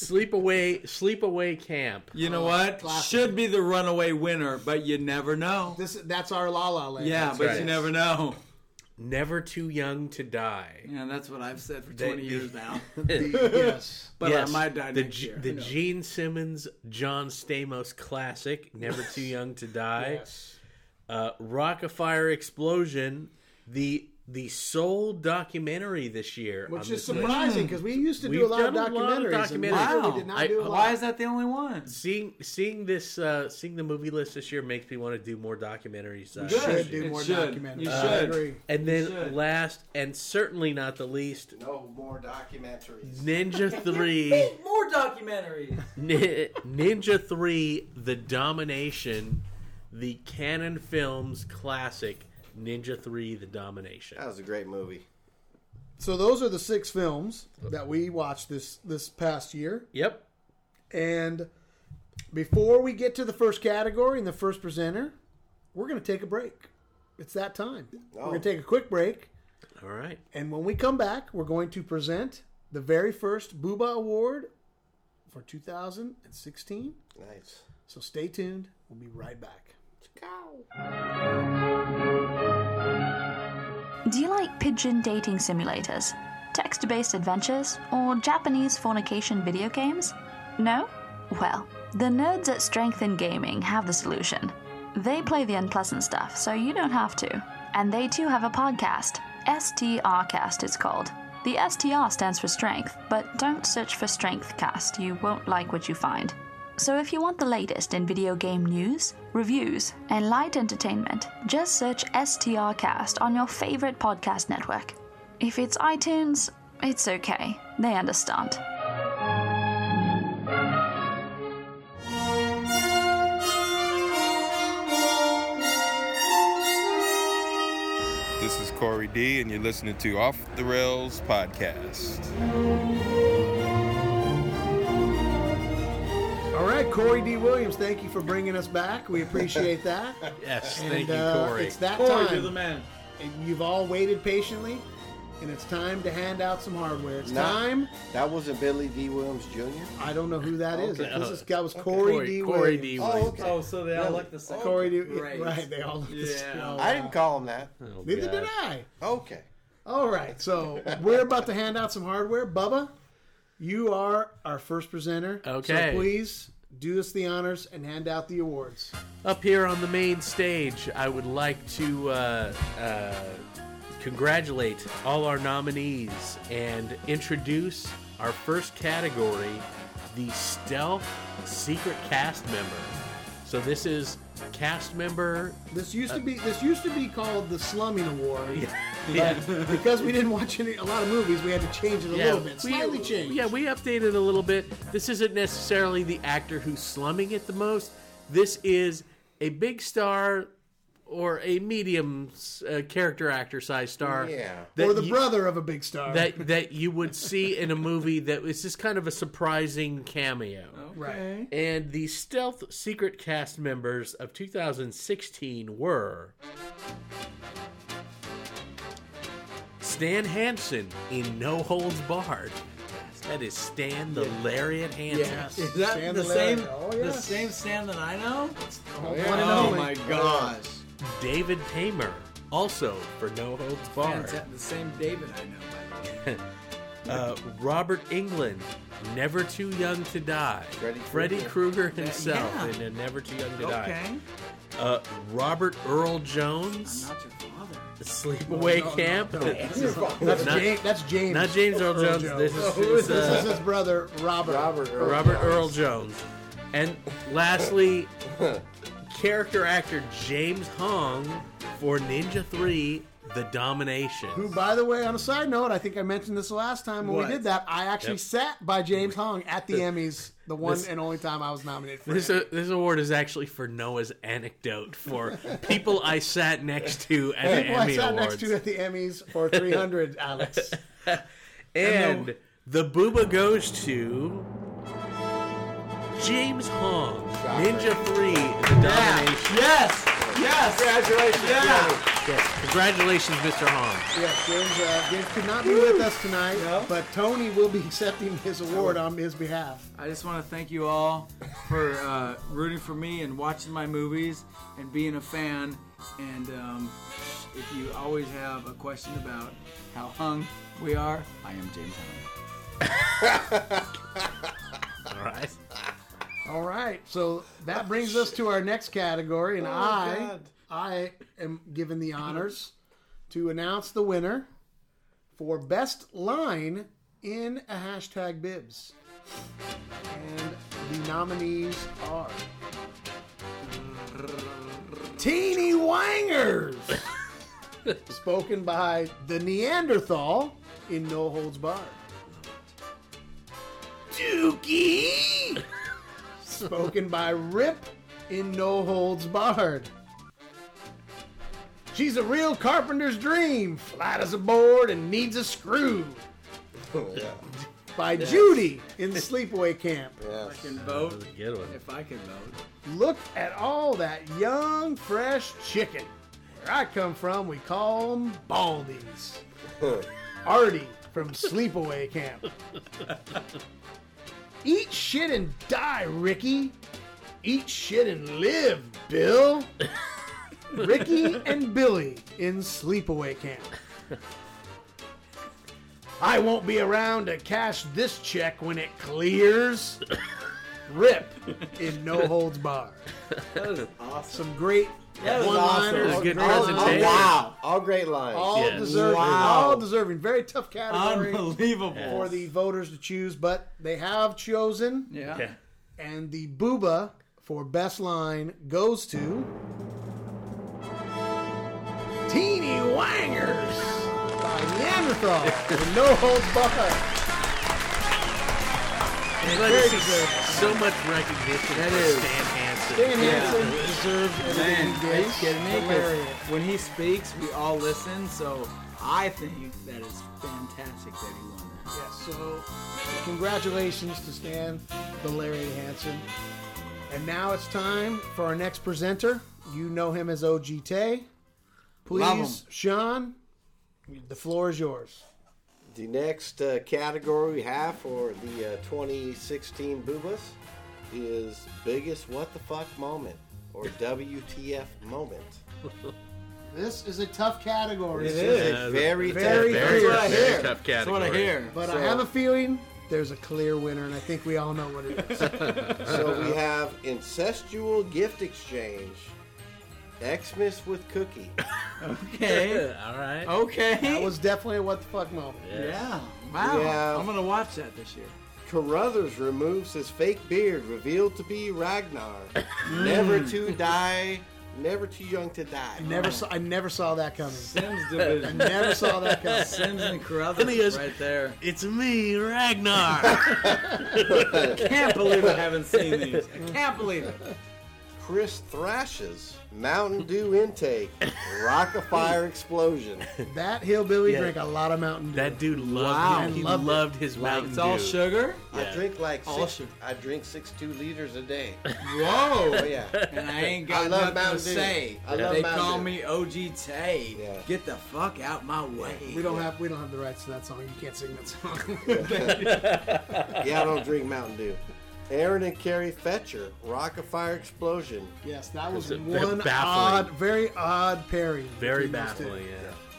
Sleepaway Sleepaway Camp.
You know what?
classic.
Should be the runaway winner, but you never know.
this that's our La La Land.
Yeah, but
right.
you never know.
Never Too Young to Die.
Yeah, that's what I've said for
They-
20 years now.
yes.
but
Yes,
I might die
the,
next
G-
year.
the Gene Simmons, John Stamos classic, Never Too Young to Die.
Yes.
uh, Rockafire Explosion, the the sole documentary this year. on
Which is
this list.
surprising because we used to do
We've
a lot of
done a lot of
documentaries. and we
documentaries.
really
Wow.
did not
I-
do a lot.
Why is that the only one?
Seeing seeing this uh, seeing the movie list this year makes me want to do more documentaries. Uh,
Good.
should do
It
more
should.
documentaries.
You
I
should.
agree.
And then
should.
last and certainly not the least,
No more documentaries.
Ninja Three,
More documentaries.
Ni- Ninja Three, The Domination, the Canon Films classic, Ninja Three, The Domination.
That was a great movie.
So those are the six films that we watched this this past year.
Yep.
And before we get to the first category and the first presenter, we're going to take a break. It's that time. We're
Oh.
going to take a quick break.
All right.
And when we come back, we're going to present the very first Booba Award for 2016.
Nice.
So stay tuned. We'll be right back.
Do you like pigeon dating simulators, text based adventures, or Japanese fornication video games? No? Well, the nerds at Strength in Gaming have the solution. They play the unpleasant stuff, so you don't have to. And they too have a podcast. STRcast it's called. The STR stands for strength, but don't search for Strengthcast, you won't like what you find. So if you want the latest in video game news, reviews, and light entertainment, just search STRcast on your favorite podcast network. If it's iTunes, it's okay. They understand.
This is Corey D, and you're listening to Off the Rails Podcast.
All right, Corey D. Williams, thank you for bringing us back. We appreciate that.
Yes.
And,
thank you,
uh,
Corey.
it's that
Corey,
time.
you're the man.
And You've all waited patiently, and it's time to hand out some hardware. It's
No.
time.
That wasn't Billy D. Williams Jr.
I don't know who that is.
Okay.
This is, that was Corey, D.
Corey
Williams.
D.
Oh,
Williams.
okay.
Oh, so they all look the same.
Corey D.
Great.
Right, they all look the
Yeah.
same. Oh,
I didn't call him that.
Oh,
Neither
God.
did I.
Okay.
All right, so we're about to hand out some hardware. Bubba, you are our first presenter.
Okay.
So please do us the honors and hand out the awards.
Up here on the main stage, I would like to uh, uh, congratulate all our nominees and introduce our first category the Stealth Secret Cast Member. So, this is cast member.
This used to be this used to be called the Slumming Award.
Yeah,
Because we didn't watch any, a lot of movies, we had to change it a little bit. Slightly
we,
changed.
Yeah, we updated a little bit. This isn't necessarily the actor who's slumming it the most. This is a big star or a medium uh, character actor size star.
Yeah.
or the
you-
brother of a big star.
that that you would see in a movie that is just kind of a surprising cameo.
right.
And the stealth secret cast members of 2016 were Stan Hansen in No Holds Barred. That is Stan the Lariat Hansen.
Yes.
Is that
Stan
the
Lara-
same?
Oh,
The
yes.
same stand that I know?
Oh,
Oh my gosh!
David Paymer, also for No Holds Barred.
Fanta- the same David I know.
Uh, Robert England, Never Too Young to Die.
Freddy
Freddy Krueger himself
yeah.
in a Never Too Young to Die.
Okay.
Uh, Robert Earl
I'm
Jones,
not your father.
The Sleepaway Camp.
That's,
Not-
James, that's James.
Not James Earl Jones. This is, this,
This is
uh,
his brother, Robert.
Robert Earl
Robert
Jones.
Earl Jones. And lastly, character actor James Hong for Ninja 3 The Domination.
Who, by the way, on a side note, I think I mentioned this last time when
What?
we did that. I actually
Yep.
sat by James Hong at the Emmys, the one
This-
and only time I was nominated for
This, uh,
it.
this award is actually for Noah's anecdote for people I sat next to at the
People I
Emmy
sat
Awards.
next to at the Emmys for 300, Alex.
and the booba goes to James Hong, Ninja 3, The Domination.
Yes. Yes.
Congratulations, Billy.
Yes, Congratulations, Mr. Hong.
Yes, James, uh, James could not be with us tonight, but Tony will be accepting his award on his behalf.
I just want to thank you all for uh, rooting for me and watching my movies and being a fan. And um, if you always have a question about how hung we are, I am James Hung.
All right.
All right. So that brings us to our next category, and I
God.
I am given the honors to announce the winner for best line in a hashtag bibs. And the nominees are Teeny Wangers spoken by the Neanderthal in No Holds Barred. Dookie! Spoken by Rip in No Holds Barred. She's a real carpenter's dream, flat as a board and needs a screw. By Judy in Sleepaway Camp.
If I can vote,
Good one.
if I can vote,
Look at all that young, fresh chicken. Where I come from, we call them Baldies. Artie from Sleepaway Camp. Eat shit and die, Ricky. Eat shit and live, Bill. Ricky and Billy in Sleepaway Camp. I won't be around to cash this check when it clears. Rip in No Holds Barred. Some great
was
one-liners.
awesome. Good
all-
presentation.
All,
wow. All great lines.
all
Yeah.
deserving.
Wow.
All deserving. Very tough category
unbelievable.
for the voters to choose, but they have chosen.
Yeah.
Yeah.
And the booba for best line goes to Teeny Wangers by Neanderthal with no holds barred.
I'm glad to see so much recognition that
is.
Stan Hansen.
Dan Hansen deserves everything
Man,
he
are you
gets.
kidding me? 'Cause
Hilarious.
When he speaks, we all listen. So I think that is fantastic that he won that.
Yeah, so congratulations to Stan the Larry Hansen. And now it's time for our next presenter. You know him as OG Tay.
Love him.
Please, Sean, the floor is yours.
The next uh, category we have for the uh, 2016 Boobas is biggest what the fuck moment or WTF moment.
This is a tough category.
This is
Yeah,
a very,
very
tough-
That's
Very,
what I
very
hear.
tough category.
That's what I hear.
But I have a feeling there's a clear winner, and I think we all know what it is.
So we have incestual gift exchange, Xmas with cookie.
Okay.
Yeah, all right.
Okay.
That was definitely a what the fuck moment.
yeah. Wow.
Yeah.
I'm gonna watch that this year.
Carruthers removes his fake beard, revealed to be Ragnar. never to die, never too young to die.
Never saw, I never saw that coming.
Sims division.
Never saw that coming.
Sims and Carruthers right there.
It's me, Ragnar.
Can't believe I haven't seen these. I can't believe it.
Chris thrashes Mountain Dew intake, rock a fire explosion.
That hillbilly
Yeah.
drank a lot of Mountain Dew.
that dude loved.
Wow.
He
I loved
loved,
it.
his
Like
Mountain
it's all
Dew.
sugar.
I drink like
All
six,
sugar.
I drink six two liters a day.
Whoa.
Oh yeah.
And I ain't
I
got
love
nothing to
Mountain Dew.
say.
I love
they
Mountain
call
Dew.
me OG Tay.
Yeah.
Get the fuck out my way.
We don't have we don't have the rights to that song. You can't sing that song.
yeah, I don't drink Mountain Dew. Aaron and Carrie Fetcher, rock a fire explosion.
yes, that was
It's a-
one
baffling.
odd, very odd pairing.
Very
between those two. Mm.
baffling.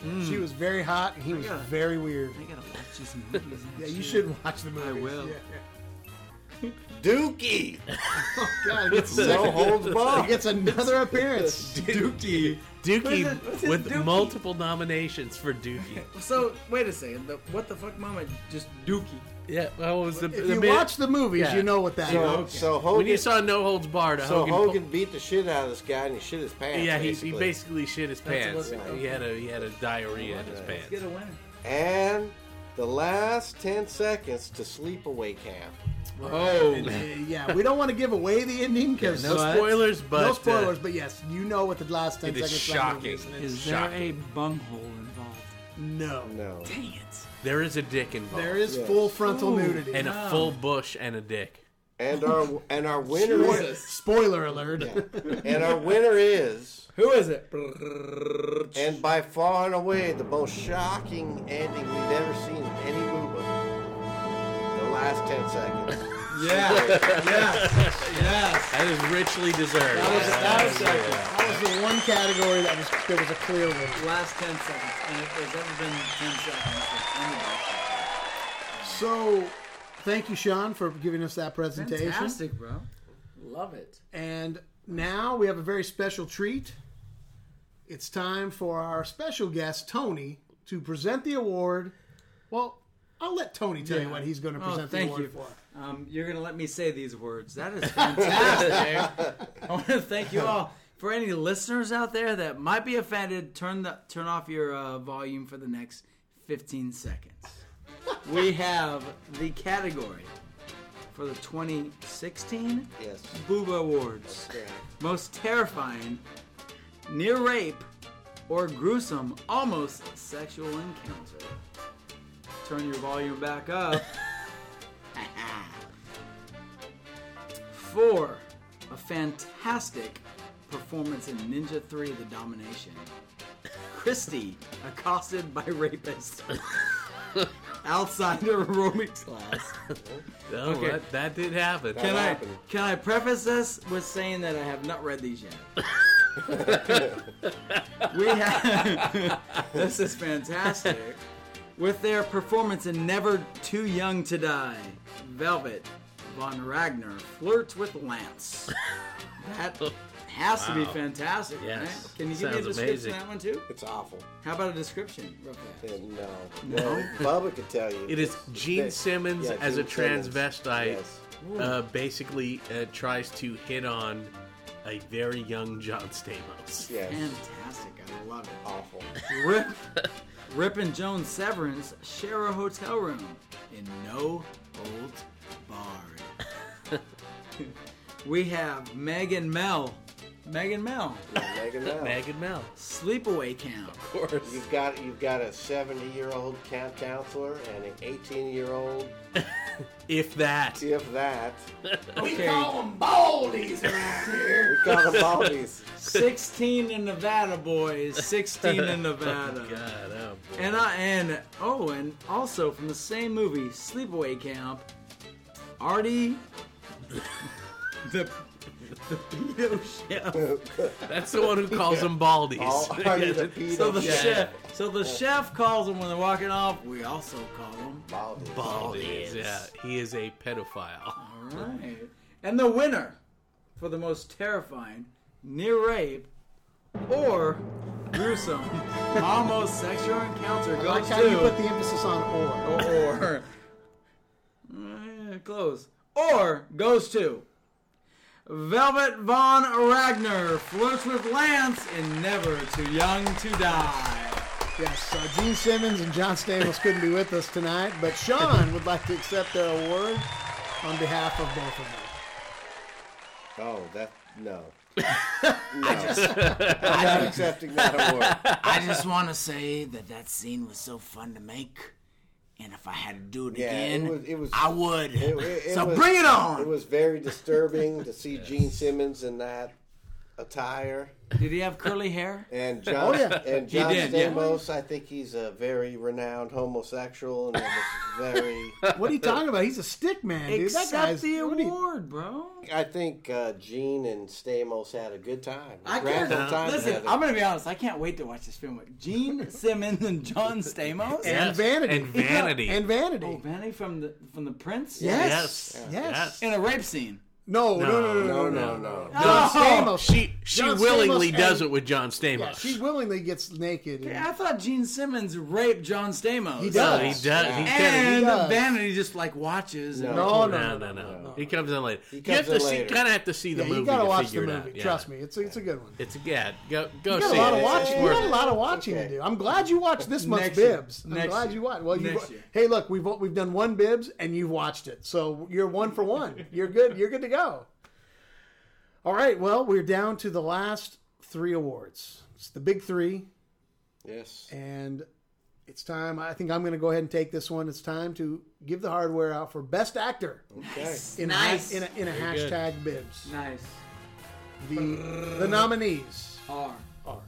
Yeah.
She was very hot and he was
gotta-
very weird.
I gotta watch these movies. and
Yeah, you
shit.
should watch the movie.
I will.
Yeah.
Dookie!
God, he gets,
No holds
he
barred.
gets another appearance.
Dookie.
Dookie
What's it- what's it,
with
Dookie?
multiple nominations for Dookie.
So wait a second. The what the fuck moment? Just Dookie.
yeah, well, it was the,
If
the
you
bit-
watch the movies,
yeah.
you know what that is.
So,
Okay.
so
when you
Hogan,
saw No Holds Barred.
so
Hogan,
Hogan, beat the shit out of this guy and he shit his pants.
yeah, he,
basically.
he basically shit his pants.
what it was.
He had a he had a diarrhea in his
Let's get
pants.
a winner.
And the last 10 seconds to sleepaway camp.
Oh.
Uh, yeah, we don't want to give away the ending because
No spoilers, but
no
uh,
spoilers. but yes, you know what the last ten
it is
seconds of that movie
shocking.
and it's-
Is there a
Shocking.
bunghole involved?
No,
No.
Dang it.
there is a dick involved.
there is full frontal nudity.
and a full bush and a dick.
And our and our winner
Spoiler-
is,
spoiler alert.
and our winner is
Who is it?
and by far and away the most shocking ending we've ever seen in any movie. The last 10 seconds.
Yeah, yes, yes.
That is richly deserved.
That was, that was,
That was the one category that was there was a clear winner.
the last 10 seconds, and if there's ever been 10 seconds for anybody.
So, thank you, Sean, for giving us that presentation.
Fantastic, bro. Love it.
And now we have a very special treat. It's time for our special guest, Tony, to present the award. Well, I'll let Tony tell you
Yeah.
what he's going to
Oh,
present the
thank
award
you.
for.
Um, you're going to let me say these words. That is fantastic. I want to thank you all. For any listeners out there that might be offended, turn the turn off your uh, volume for the next 15 seconds. we have the category for the 2016
Yes.
Booba Awards.
Yeah.
Most terrifying, near rape, or gruesome, almost sexual encounter. Turn your volume back up. Four, a fantastic performance in Ninja 3 The Domination. Christy accosted by rapist outside her aerobics class.
Oh,
Okay.
that, that did happen.
Can I
happened.
can I preface this with saying that I have not read these yet? we have this is fantastic. With their performance in Never Too Young to Die, Velvet von Ragnar flirts with Lance. That has to be
Wow.
fantastic,
Yes.
right? Can you give me a
Sounds
description
amazing.
of that one too?
It's awful.
How about a description? real quick?
Yeah, no. Well, Bubba could tell you.
It is Gene
that-
Simmons
yeah,
as
Gene
a
Simmons.
transvestite
Yes.
uh, basically uh, tries to hit on a very young John Stamos.
Yes.
Fantastic, I love it.
Awful.
Rip, Rip and Joan Severance share a hotel room in no holds barred. we have Meg and Mel. Meg and Mel.
Megan Mel.
Mag and Mel.
Sleepaway camp.
Of course.
You've got you've got a 70 year old camp counselor and an 18 year old,
If that.
if that.
Okay.
We call them baldies.
16 in Nevada, boys. 16 in Nevada.
God, oh boy.
And I and oh, and also from the same movie, Sleepaway Camp, Artie, the the pedo chef.
That's the one who calls them baldies.
All Artie the pedo
So the
chef.
chef, so the chef calls them when they're walking off. We also call them.
Baldies.
baldies. Yeah, he is a pedophile.
All right. And the winner for the most terrifying near rape or gruesome almost sexual encounter
I like
goes
how you
to.
put the emphasis on or.
or Eh, close or goes to Velvet Von Ragnar flirts with Lance in Never Too Young to Die.
Yes, uh, Gene Simmons and John Stamos couldn't be with us tonight, but Sean would like to accept their award on behalf of both
Oh,
of them.
that no. No. I'm not accepting that award.
I just want to say that that scene was so fun to make, and if I had to do it
Yeah,
again,
it was. It was.
I would.
it- it- it
so
was-
bring it on.
It was very disturbing to see Gene Simmons in that attire.
Did he have curly hair?
And John, and John
did, Oh, yeah.
Stamos, I think he's a very renowned homosexual, and it was very.
What are you talking about? He's a stick man, dude. that
Accept
guy's
the
what are you-
award, bro.
I think uh, Gene and Stamos had a good time.
I
Grand
can't.
old time
Uh, Listen,
together.
I'm gonna be honest. I can't wait to watch this film with Gene Simmons and John Stamos.
and vanity
And vanity.
and vanity.
Oh, Vanny from the from the Prince.
yes.
Yes.
yes,
Yes.
In a rape scene.
No, no, no, no, no,
no, no, no.
John
Oh!
Stamos.
She she
John
willingly
Stamos
does
and-
it with John Stamos.
Yeah, she willingly gets naked. and-
I thought Gene Simmons raped John Stamos.
He
No,
does.
he does. He can.
And
He does.
Vanity just like watches. And
No, Oh, no,
Oh, No, no, no, He comes in later. you
comes
have to
in
see,
later.
kind of have to see the
Yeah,
movie
you gotta
to
watch the
figure
movie.
it out. Yeah.
Trust me, it's a, it's a good one.
It's a yeah. Go go
You got
see
a lot
it.
of
It's
watching. You
worth
got a
it.
lot of watching to
Okay.
do. I'm glad you watched this month's
Next year.
bibs. I'm
Next
glad
year.
you watched. Well, you
Next year.
hey, look, we've we've done one bibs and you've watched it, so you're one for one. You're good. You're good to go. All right. Well, we're down to the last three awards. It's the big three,
Yes.
and it's time. I think I'm going to go ahead and take this one. It's time to give the hardware out for best actor
Okay.
in
Nice.
a, in a, in a hashtag bibs.
Nice.
The the nominees.
R.
are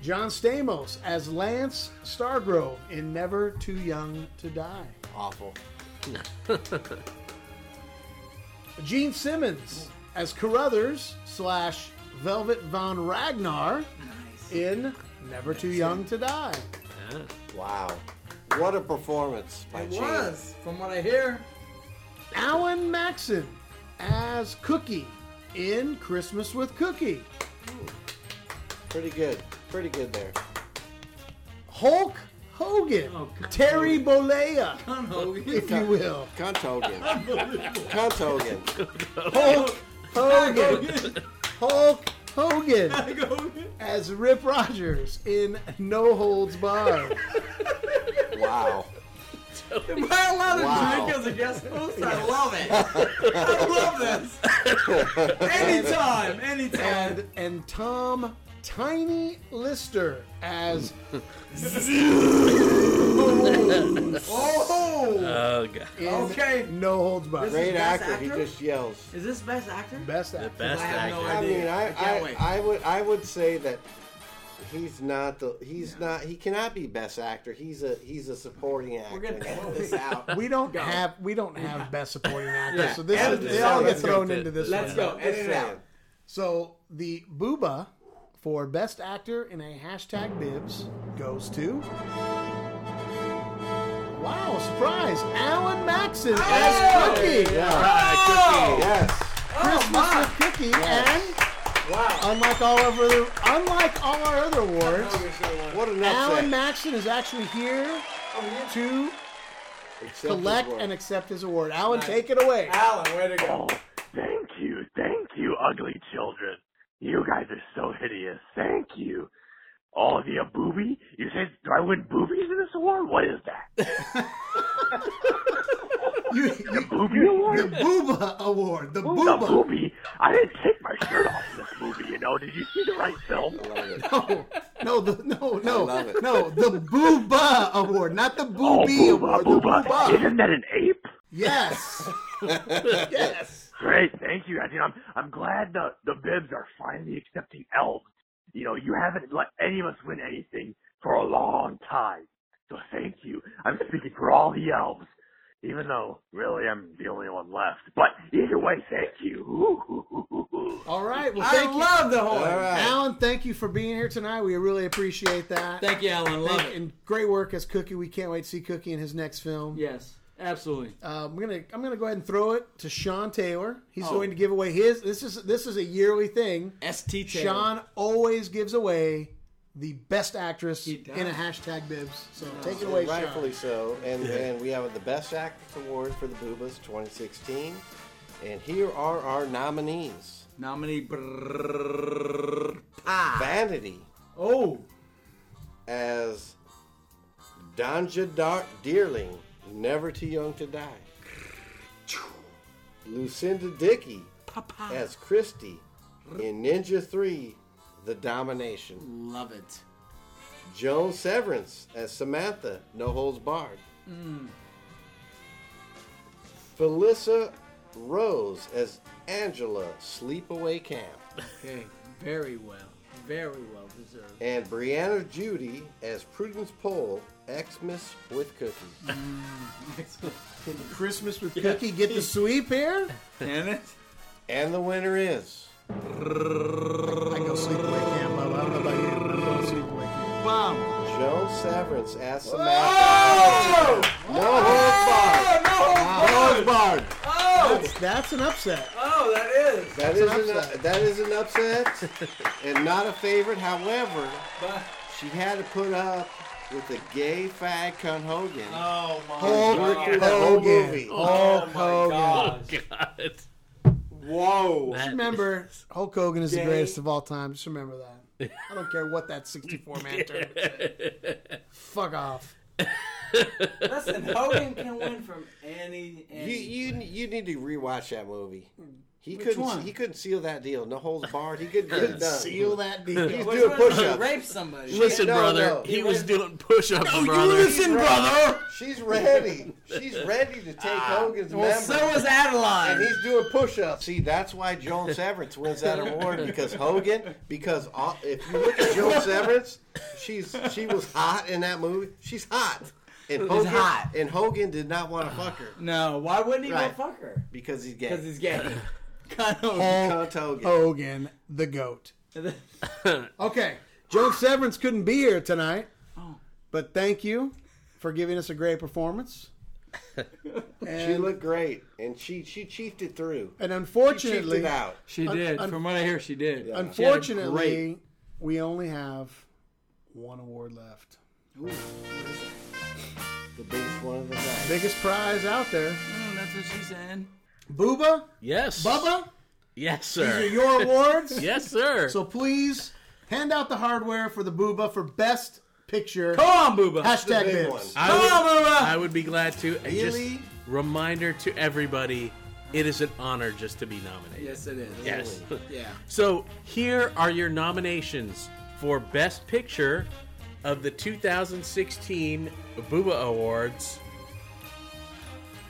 John Stamos as Lance Stargrove in Never Too Young to Die.
Awful.
Gene Simmons as Carruthers slash Velvet Von Ragnar in Never Too Young to Die.
Wow. What a performance by
It
Gene.
was, from what I hear.
Alan Maxon as Cookie in Christmas with Cookie.
Pretty good. Pretty good there.
Hulk Hogan,
Oh, God.
Terry Bollea,
Come
if you will.
Cunt Hogan. Cunt Hogan.
Hulk Hogan, Hulk Hogan as Rip Rogers in No Holds Barred.
Wow.
Am I allowed to
Wow.
drink as a guest host? I love it. I love this. anytime, anytime.
and and Tom Tiny Lister as
Oh,
Oh god.
in
okay.
No Holds
This
Barred.
is-
Great
Best
actor. He
actor?
just yells.
Is this best actor?
Best
The
actor.
best
I have
actor.
no
I mean, I,
I can't
I,
wait.
I would I would say that he's not the he's not he cannot be best actor. He's a he's a supporting actor.
We're gonna
Get
throw
this out.
We don't have we don't have best supporting actor,
Yeah.
so this
Edit
is,
this
they
out.
all get
Let's
go
thrown
to-
into this.
Let's
one.
go. Edit it out.
So the booba for best actor in a hashtag bibs goes to. Wow! Surprise, Alan Maxon
Oh!
as Cookie.
Yes.
Christmas with Cookie and unlike all of our other unlike all our other awards,
What an
Alan
upset.
Maxon is actually here
Oh,
to
Except
collect
his work.
and accept his award. Alan, take it away.
Alan, way to go.
Thank you, thank you, ugly children. You guys are so hideous. Thank you. All of you, a Oh, uh, booby? You said do I win boobies in this award? What is that?
You,
The
you,
booby
the
award?
Booba Award. The
The
Booba.
booby? I didn't take my shirt off in this movie, you know. Did you see the right film?
No, no, the, no,
I
no,
love it.
no. The Booba Award, not the
Oh,
Boobie
booba,
Award. The
booba.
Booba.
Isn't that an ape?
Yes. yes.
Great, thank you guys. You know, I'm I'm glad the the bibs are finally accepting elves. You know, you haven't let any of us win anything for a long time. So thank you. I'm speaking for all the elves, even though really I'm the only one left. But either way, thank you.
All right. Well,
I
thank you,
love the whole.
All right.
Alan. Thank you for being here tonight. We really appreciate that.
Thank you, Alan. Love
Thank-
it.
and great work as Cookie. We can't wait to see Cookie in his next film.
Yes, absolutely.
Um, I'm gonna I'm gonna go ahead and throw it to Sean Taylor. He's
Oh.
going to give away his. This is this is a yearly thing.
ST Taylor.
Sean always gives away the best actress in
does. Oh,
a hashtag bibs. So take it
And
away,
rightfully so.
Sean.
And and we have the Best Actress Award for the Boobas 2016. And here are our nominees:
nominee. Brrrr. Ah.
Vanity
Oh,
as Donja Dark Deerling, Never Too Young to Die. Lucinda Dickey as Christy in Ninja 3: The Domination.
love it.
Joan Severance as Samantha, No Holds Barred. Felissa Rose as Angela, Sleepaway Camp.
Okay, very well, very well deserved.
And Brianna Judy as Prudence Pole, Xmas with Cookie.
Christmas with Cookie. Get the sweep here.
Damn it.
And the winner is.
I go sleep away camp. Bob. I don't know about you. but I'm going sleep away camp.
Bomb.
Joan Severance as Samantha. No holds barred. No holds barred.
That's, that's an upset.
Oh, that is.
That is
That's an
an
upset.
that is an upset and not a favorite. However, she had to put up with the gay fag cunt Hogan.
Oh my Oh,
She worked through the whole
Hogan.
movie.
Hulk Hogan.
God.
Whoa.
That-
Remember, Hulk Hogan is the
Gay.
greatest of all time. Just remember that. I don't care what that 64 man tournament said. Fuck off.
Listen, Hogan can win from any.
You
any.
you you need to rewatch that movie. He
Which
couldn't
one?
he couldn't seal that deal. No holds barred. He couldn't get it done.
Seal that deal.
He's
Which
doing
one is it?
push-ups.
Rape somebody.
Listen,
No,
brother,
no.
he was doing push-ups, brother.
brother. She's ready. She's ready to take Hogan's
well,
member.
so was
And
Adeline.
he's doing push-ups. See, that's why Joan Severance wins that award because Hogan. Because all, if you look at Joan Severance, she's she was hot in that movie. She's hot. And
It's
Hogan,
hot.
And Hogan did not want to fuck her
No, why wouldn't he
Right.
go fuck her?
because he's gay.
Because he's gay. Cunt Hogan.
Cunt Hogan.
Oh. Hogan, the goat. Okay, Joe Severance couldn't be here tonight,
Oh.
but thank you for giving us a great performance.
she looked great, and she she chiefed it through.
And
She chiefed
unfortunately,
it out.
She did.
un-
From what I hear, she did. She had a great-
unfortunately, we only have one award left.
The biggest one of the night.
Biggest prize out there,
Mm, that's what she's saying.
Booba,
Yes.
Bubba.
Yes,
These are
sir.
your awards.
Yes, sir.
So please hand out the hardware for the Booba for best picture.
Come on, Booba.
Hashtag
big
bibs.
one.
I
Come
would,
on, Booba.
I would be glad to. And
Really?
just reminder to everybody, it is an honor just to be nominated.
yes, it is.
Yes.
Yeah.
So here are your nominations for Best Picture of the 2016 Booba Awards.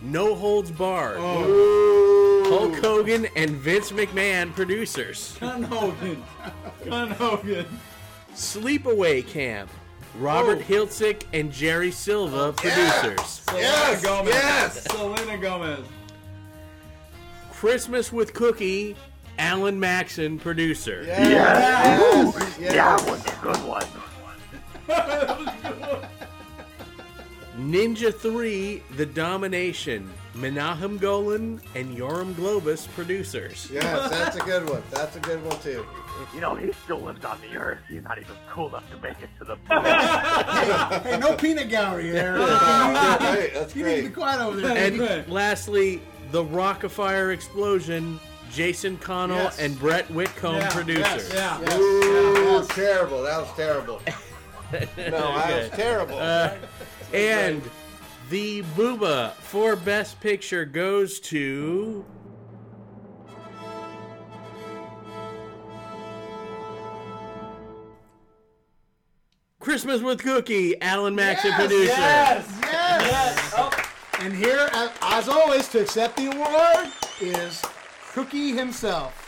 No Holds Barred.
Oh.
Hulk Hogan and Vince McMahon, producers.
Cunt Hogan. Cunt Hogan.
Sleepaway Camp. Robert
Oh.
Hiltzik and Jerry Silva, producers.
Selena
Yes,
Gomez.
yes.
Selena Gomez.
Christmas with Cookie, Alan Maxon, producer.
Yes,
That
yes.
was a good one.
Ninja 3, The Domination, Menahem Golan and Yoram Globus, producers.
Yes, that's a good one. That's a good one too.
You know, he still lives on the earth. He's not even cool enough to make it to the planet.
Hey, no peanut gallery there.
That's great. That's
you need to be
great.
quiet over there.
And
Right.
lastly, The Rockafire Explosion, Jason Connell
Yes.
and Brett Whitcomb,
Yeah,
producers.
yes, yeah.
Ooh, terrible. That was terrible. No, that was terrible.
And the Booba for Best Picture goes to. Christmas with Cookie, Alan Maxon, producer.
Yes.
Yes. And here, a- as always, to accept the award is Cookie himself.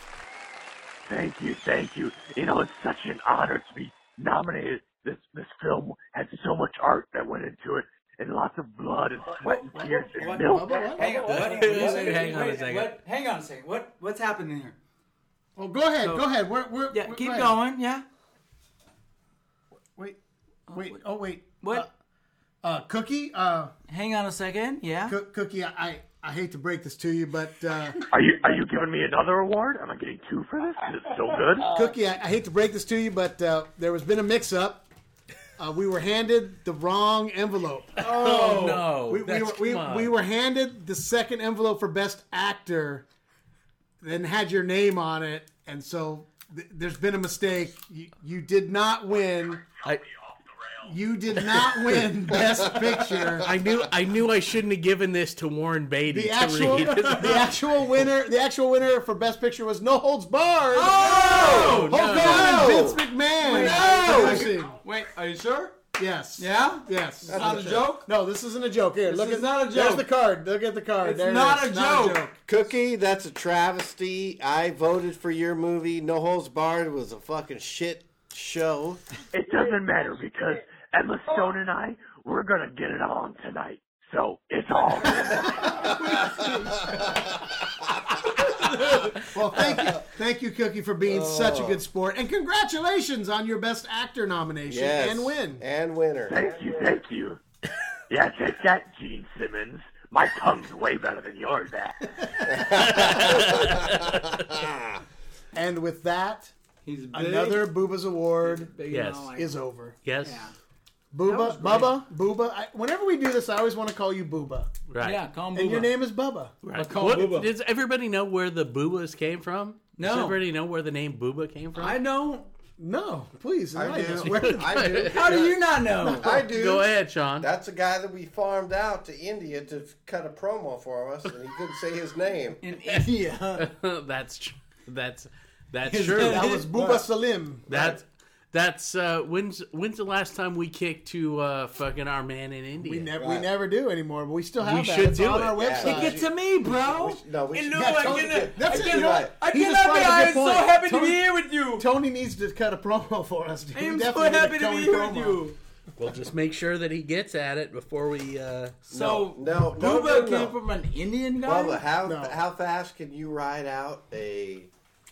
Thank you, thank you. You know, it's such an honor to be nominated. This this film had so much art that went into it, and lots of blood and sweat and tears and milk.
Hang on. What,
Wait a second, hang on a
wait,
second.
What, hang on a second. What what's happening here?
Oh, go ahead, go ahead. We're, we're,
Yeah,
we're-
keep
go ahead.
going. Yeah.
Wait, wait. Oh, wait.
What?
Uh, Cookie, uh,
hang on a second. Yeah.
Coo- Cookie, I, I, I hate to break this to you, but uh,
Are you are you giving me another award? Am I getting two for this? 'Cause It's so good.
Cookie, I, I hate to break this to you, but uh, there has been a mix-up. Uh, we were handed the wrong envelope.
Oh, no.
we, we,
That's-
were, we,
come on.
we were handed the second envelope for best actor and had your name on it and so th- there's been a mistake you, you did not win
I,
you did not win best picture
I knew I knew I shouldn't have given this to Warren Beatty
the
to
actual,
read.
the actual winner the actual winner for best picture was no holds barred
oh,
Hulk Hogan and Vince McMahon Producing.
Wait, are you sure?
yes
Yeah?
yes
Not a joke?
no this isn't a joke here look
is
at
not a
there's
joke.
the card look at the card
It's
There it
not
is.
a
not a
joke.
joke
Cookie, that's a travesty. I voted for your movie. No Holes Barred was a fucking shit show.
It doesn't matter because Emma Stone and I we're gonna get it on tonight. So it's all. good.
Well, thank you, thank you, Cookie, for being such a good sport, and congratulations on your Best Actor nomination
Yes.
and win.
And winner.
thank you, thank you. Yeah, take that, Gene Simmons. My tongue's way better than yours. That.
And with that,
He's big.
another Booba's Award
big
Yes.
and all like-
is over.
yes,
was great.
Booba, Bubba, Booba. I, whenever we do this, I always want to call you Booba,
right.
Yeah, call him
and your
Booba.
name is Bubba.
Right.
Let's call
What-
Booba.
Does everybody know where the Boobas came from?
No.
Does everybody know where the name Booba came from?
I know.
No, please,
I
enlighten us.
do.
Where did-
I do.
How do you not know?
I do.
Go ahead, Sean.
That's a guy that we farmed out to India to cut a promo for us, and he couldn't say his name.
In India.
that's tr- that's that's true.
that was Booba Salim.
That's that's uh, when's when's the last time we kicked to uh, fucking our man in India?
We never, we never do anymore, but we still have
We
that.
should
it's
do
on
it.
our website.
Yeah.
Get to me, bro.
No, we
And
should-
no,
yeah,
I
totally
cannot.
good.
That's
I
it.
You're
cannot.
right.
I
He just
cannot be.
brought up a
I
good
am so
point.
happy to be
Tony-
here with you.
Tony needs to cut a promo for us. dude.
I
We
am so
definitely need a
happy to
Tony
be here
promo.
with you.
We'll just make sure that he gets at it before we. Uh...
So
No, no,
Booba
no, no.
came from an Indian guy.
Bubba, how how fast can you ride out a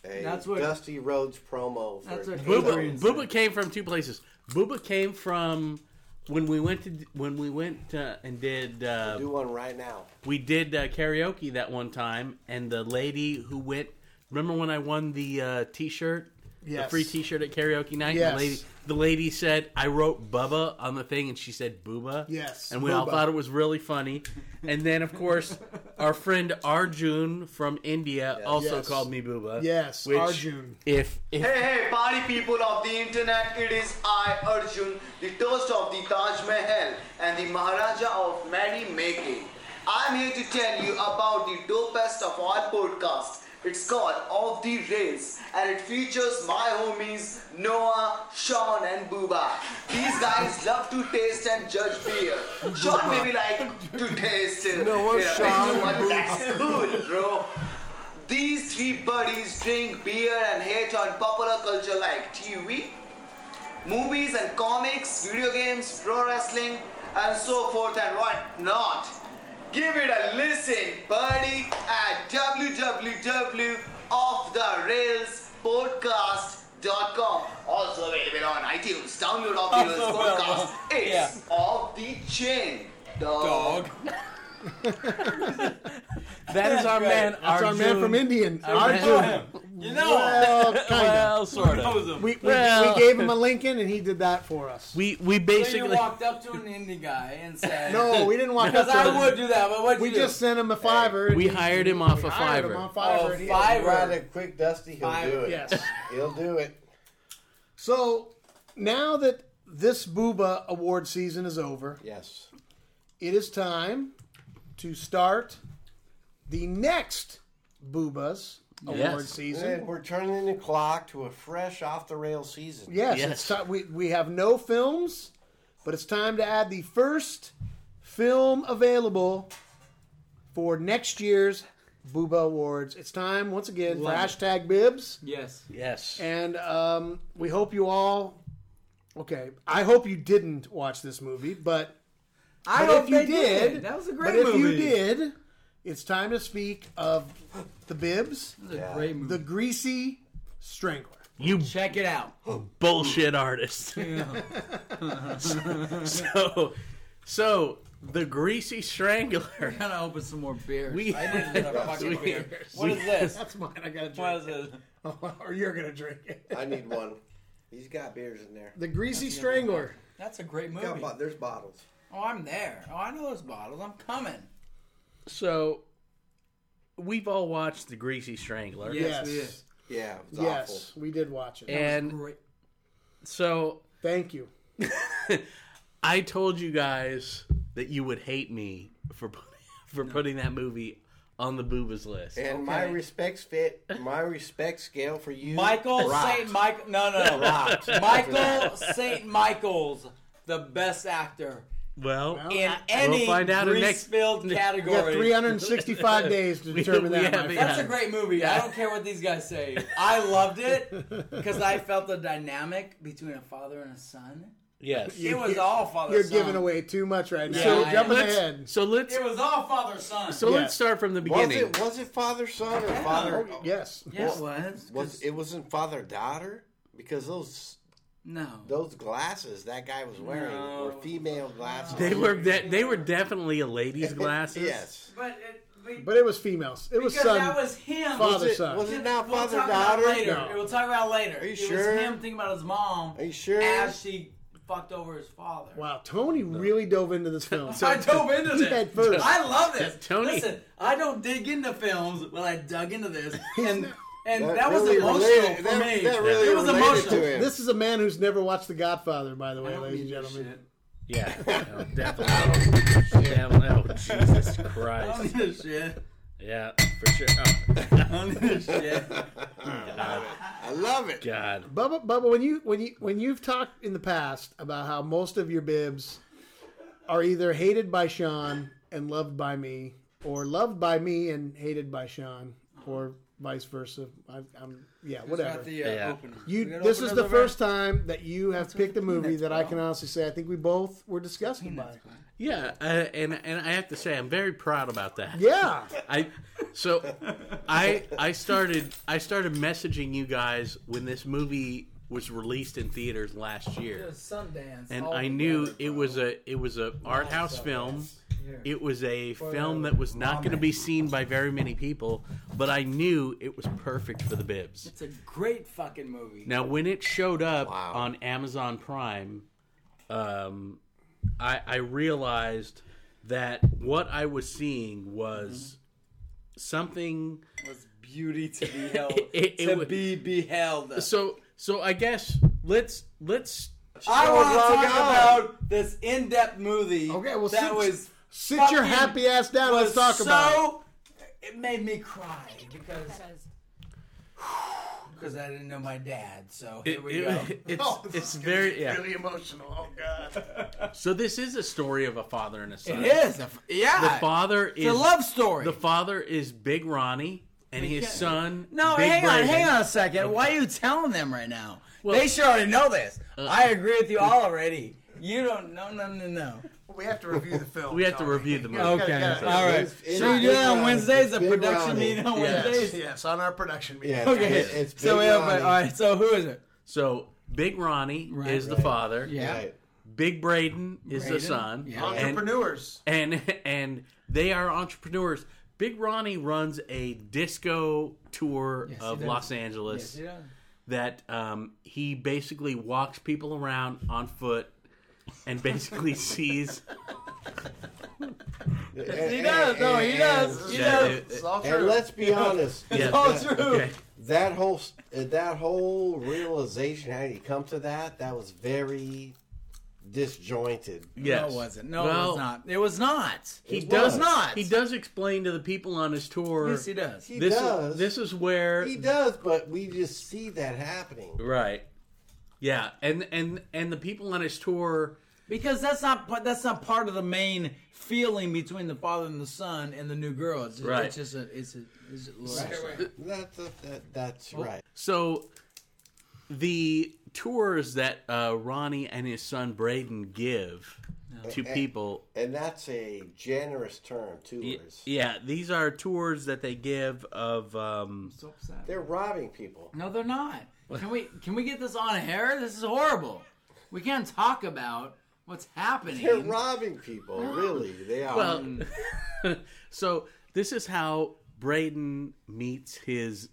a
That's what-
Dusty Rhodes promo for
That's what
Booba, Booba came from two places. Booba came from when we went to when we went uh, and did uh,
do one right now?
we did uh, karaoke that one time, and the lady who went. Remember when I won the uh, T-shirt, the
Yes.
free T-shirt at karaoke night? And
Yes.
The lady, the lady said I wrote Bubba on the thing, and she said Booba.
Yes,
And we all
Booba.
thought it was really funny. And then, of course, our friend Arjun from India also
Yes.
called me Booba.
Yes,
which,
Arjun.
If, if
Hey, hey, party people of the internet, it is I, Arjun, the toast of the Taj Mahal and the Maharaja of merry making. I'm here to tell you about the dopest of all podcasts. It's called Off the Rails and it features my homies Noah, Sean, and Booba. These guys love to taste and judge beer. Sean maybe like to taste it.
Noah,
Yeah,
Sean,
but
Booba.
That's cool, bro. These three buddies drink beer and hate on popular culture like TV, movies and comics, video games, pro wrestling, and so forth and what not. Give it a listen, buddy, at www.offtherrailspodcast.com. Also available on iTunes. Download Off the Rails Podcast. It's off the chain, dog.
that is our man,
That's our man from Indian. Arjun.
You know,
Well, kind of.
Well, sort of.
him.
we, we,
well-
we gave him a Lincoln and he did that for us.
We
so
we
you
basically
walked up to an Indian guy and said,
No, we didn't walk up
because I
to him.
would do that, but what'd
We
you do?
just sent him a fiver. and
we
he-
hired him off
we
of
hired him
Fiverr.
on
Oh,
Fiverr. and he-
You Ride a
Fiverr.
quick Dusty, he'll
I-
do it.
Yes.
He'll do it.
So now that this Booba award season is over,
Yes.
it is time to start the next Booba's award
Yes.
season.
And we're turning the clock to a fresh off the rail season.
Yes,
Yes.
It's time, we, we have no films, but it's time to add the first film available for next year's Booba Awards. It's time, once again, for
Love
hashtag bibs.
Yes.
Yes.
And um, we hope you all. Okay, I hope you didn't watch this movie, but,
I
but
hope
if you
they
did,
That was a
but
great
if
movie.
you did, it's time to speak of the bibs,
That was a great movie.
the greasy strangler.
You
Check it out.
bullshit artist. so so the greasy strangler.
I'm gonna open some more beers.
We-
I didn't get a fucking
We-
beer. What is this?
That's mine. I gotta
What
drink,
is this?
it. or you're gonna drink it.
I need one. He's got beers in there.
The greasy strangler.
That's a great movie.
Got bo- there's bottles.
Oh, I'm there. Oh, I know those bottles. I'm coming.
So we've all watched the greasy strangler.
Yes,
Yes, we did.
yes,
Yeah, it's awful.
we did watch it.
And
Great.
so
Thank you.
I told you guys that you would hate me for put- for putting that movie on the boobas list.
And my
Okay.
respects fit. My respect scale for you,
Michael
rocked.
Saint Michael. No, no,
Rocked.
no. Michael Saint Michael's the best actor
well,
in any
find out in next-
grease-filled
We got
category.
365 days to determine
we
that.
have
my
it.
friend.
That's a great movie. I don't care what these guys say. I loved it because I felt the dynamic between a father and a son.
yes.
It was all father.
You're
son.
giving
um,
away too much right now.
So
You're jumping
let's-
ahead.
So let's
It was all father son.
so
Yeah.
let's start from the
Was
beginning.
it was it father son or father?
Yes.
yes, it was.
Was it wasn't father daughter because those
No.
those glasses that guy was wearing were female glasses.
They were de- they were definitely a lady's glasses.
yes.
But it, we,
But it was females. It was
because
son.
that was him.
father-
Was it,
son.
was it not
We'll
father
talk about
daughter?
later.
No.
We'll talk about it later.
you
it
sure?
was him thinking about his mom
Are you sure?
as she fucked over his father.
wow, Tony really dove into this film.
I dove into this.
At first.
I love this.
Tony-
Listen, I don't dig into films, but I dug into this, and and that,
That
was
really
emotional
related-
for
that-
me.
that really
it was
related
emotional.
to him.
this is a man who's never watched The Godfather, by the way, ladies and gentlemen.
Yeah. No, definitely. Definitely. Oh, Jesus
I don't
Christ.
need this shit.
Yeah, for sure. Oh,
I don't need this shit.
I love it.
God.
Bubba, Bubba, when you when you when you've talked in the past about how most of your bibs are either hated by Sean and loved by me, or loved by me and hated by Sean, or vice versa. I, I'm yeah,
Who's
whatever.
got the, uh, Yeah. opener?
You.
We gotta
This
open
is
up
the
the
first time that you have picked a movie
Peanuts
that I
Ball.
can honestly say I think we both were disgusted by.
Yeah, uh, and and I have to say I'm very proud about that.
Yeah.
I so I I started I started messaging you guys when this movie was released in theaters last year.
Sundance.
And
all
I knew it was a it was a art house film. It was a film that was not going to be seen by very many people, but I knew it was perfect for the bibs.
It's a great fucking movie.
Now, when it showed up on Amazon Prime, um, I, I realized that what I was seeing was something
was beauty to be held. to
wa-
be beheld.
So, so I guess let's let's.
I want to talk about this in-depth movie. Okay, well, that
sit-
was
sit your
fucking-
happy ass down, let's
was
talk
so,
about
it. made me cry because because I didn't know my dad. So here
It-
we
it-
go.
it's- Oh, this it's is gonna very- be yeah. really
emotional. Oh god.
So this is a story of a father and a son.
It is a f- yeah.
The father
It's
is
a love story.
The father is Big Ronnie, and
You
his
can't-
son.
No,
Big
hang on,
Braden.
hang on a second. Why are you telling them right now?
Well-
they sure already know this.
Uh.
I agree with you all already. You don't know, no, no, no.
We have to review the film.
We have to review the movie.
Okay, all right. So you do that on Wednesdays, a production meeting on
Yes.
Wednesdays.
Yes, on our production meeting.
okay. so we have, all right. So who is it?
So Big Ronnie
Right.
is the
Right.
father.
Yeah. Right.
Big Braden is the
Braden.
son.
Yeah.
And-
Entrepreneurs.
And, and they are entrepreneurs. Big Ronnie runs a disco tour
Yes, he
of
does.
Los Angeles.
Yes, he does.
That um, he basically walks people around on foot and basically sees
Yes, he does. No, he does. He
Yeah,
does.
it- It's
all
And
true.
let's be
Yeah.
honest.
It's
that-
all true. Okay.
That whole s- uh, that whole realization, how you come to that, that was very disjointed.
No, it wasn't. No, it was not. It was not.
He
It
does
was not.
He does explain to the people on his tour.
Yes, he does. He
this
does.
Is, this is where
He does, but we just see that happening.
right. Yeah, and and and the people on his tour.
Because that's not pa- that's not part of the main feeling between the father and the son and the new girl. It's just,
Right.
It's just a it's a, it's a little
Right.
extra.
That, that, that- that's right.
So the tours that uh, Ronnie and his son Braden give to
And-
people
and that's a generous term, tours.
Yeah, these are tours that they give of. Um,
They're robbing people.
No, they're not. Can we can we get this on air? This is horrible. We can't talk about what's happening.
They're robbing people, really. They are. Mm.
well, so this is how Braden meets his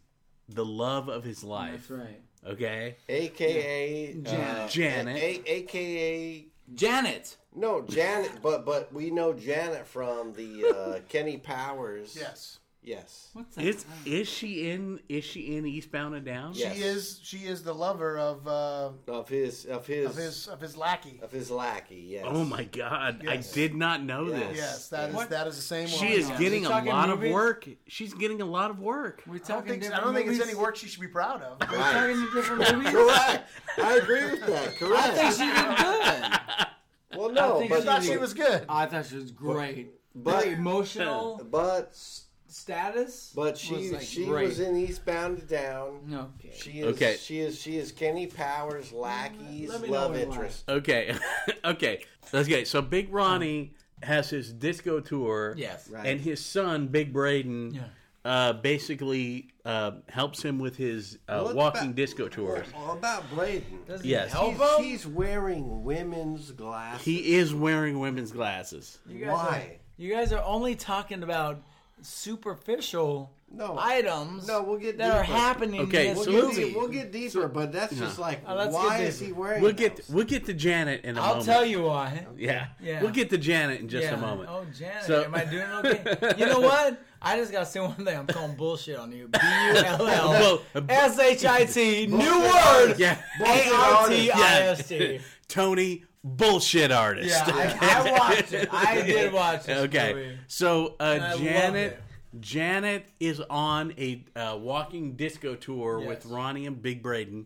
the love of his life.
That's right.
Okay.
AKA
Yeah.
uh,
Janet. Janet.
A- A- AKA
Janet.
No, Janet. But but we know Janet from the uh, Kenny Powers.
Yes.
Yes.
What's
Is is she in? Is she in Eastbound and Down?
She is she is the lover of uh,
Of his of his
of his of his lackey.
of his lackey. Yes.
Oh my God!
Yes.
I did not know this.
Yes, that is that is the same one.
She is getting a
Are we talking
lot of
movies?
work. She's getting a lot of work.
We're
I don't, think, I don't think it's any work she should be proud of.
Correct. I agree with that. Correct.
I think she
good. Well, no, but
good.
I thought she was great.
But-
But emotional
but
status.
But she
was, like,
she
great.
was in Eastbound and Down.
No.
She is
Okay.
she is she is Kenny Powers lackey's
Let me know
love
when
interest.
Okay, okay, okay. So Big Ronnie has his disco tour.
Yes. Right.
and his son Big Braden.
Yeah.
Uh, basically uh, helps him with his uh,
What
walking
about-
disco tours.
All about Braden.
Does
he Yes. help
he's, he's wearing women's glasses.
He is wearing women's glasses.
You guys
Why?
Are, you guys are only talking about superficial
No.
items. No, we'll
get
that are
deeper.
happening. in
we'll
this
get,
movie.
deep- we'll get deeper, but that's
No.
just like
Oh, let's
why
get
is he
deeper.
wearing?
We'll get we'll get to Janet in a
I'll
moment.
tell you why.
Yeah.
Yeah.
We'll get to Janet in just
Yeah.
a moment.
Oh, Janet,
So-
am I doing okay? You know what? I just gotta say one thing. I'm calling bullshit on you. B U L L S H I T. New word.
Yeah.
A R T I S
Yeah.
T.
Tony, bullshit artist.
Yeah, I, I watched it. I did watch it.
okay. So
And I
uh,
loved
Janet Janet is on a uh, walking disco tour with Ronnie and Big Braden.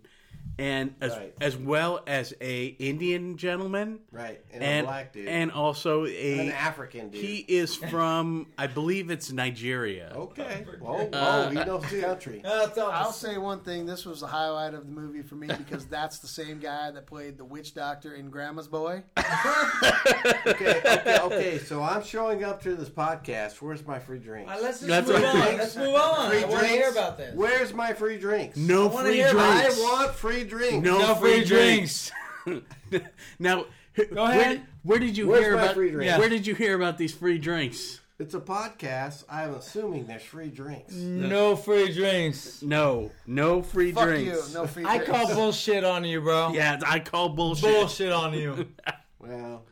and as
Right.
as well as a Indian gentleman,
Right, and a black dude.
and also a
And an African dude.
He is from, I believe it's Nigeria.
Okay.
Whoa, whoa, he knows
his country.
Uh,
I'll say one thing. This was the highlight of the movie for me because that's the same guy that played the witch doctor in Grandma's Boy.
okay, okay, okay. So I'm showing up to this podcast. Where's my free drinks?
All right, let's just That's move what- on. Let's move on. I wanna hear about this.
Where's my free drinks?
No
I
free drinks.
I want free drinks.
No, free, drinks. now, go
ahead.
Where, where did you
Where's
hear
my
about?
free drink?
Where did you hear about these free drinks?
It's a podcast. I'm assuming there's free drinks.
No free drinks.
No, no free
Fuck
drinks.
you, no free
I call
drinks.
bullshit on you, bro.
Yeah, I call bullshit.
Bullshit on you.
Well,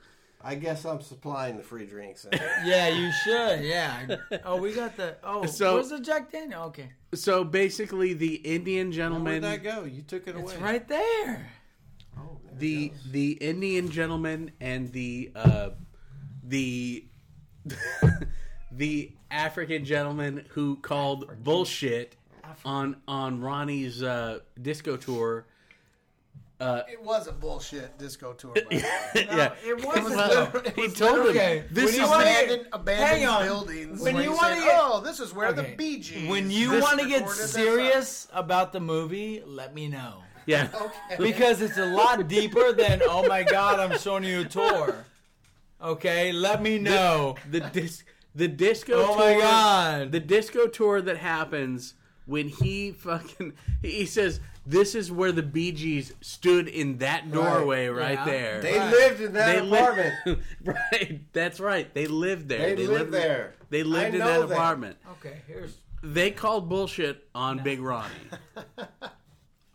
I guess I'm supplying the free drinks.
yeah, you should. Yeah. Oh, we got the. Oh,
So-
where's the Jack Daniel? Okay,
So basically, the Indian gentleman.
Where'd that go? You took it away.
it's right there.
the the Indian gentleman and the uh, the the African gentleman who called bullshit on on Ronnie's uh, disco tour. Uh,
It was a bullshit disco tour. By the way.
yeah,
It was
Well,
literally- it
he
was
told
literally-
him this
when
is
you
the-
abandoned, abandoned
Hang on.
buildings.
When
When
you
you
wanna
say,
get-
"Oh, this is where the Bee Gees."
When you
this
want to get
recorded their
serious about the movie, let me know.
Yeah.
Okay.
Because it's a lot deeper than oh my god, I'm showing you a tour. Okay, let me know.
the dis- the disco.
Oh my God.
The disco tour that happens when he fucking he says this is where the Bee Gees stood in that doorway right,
Yeah.
there.
They Right. lived in that
li-
apartment.
right, that's right. They lived there.
They lived there.
They lived
I
in
know
that
that.
apartment.
Okay, here's
They called bullshit on Big Ronnie.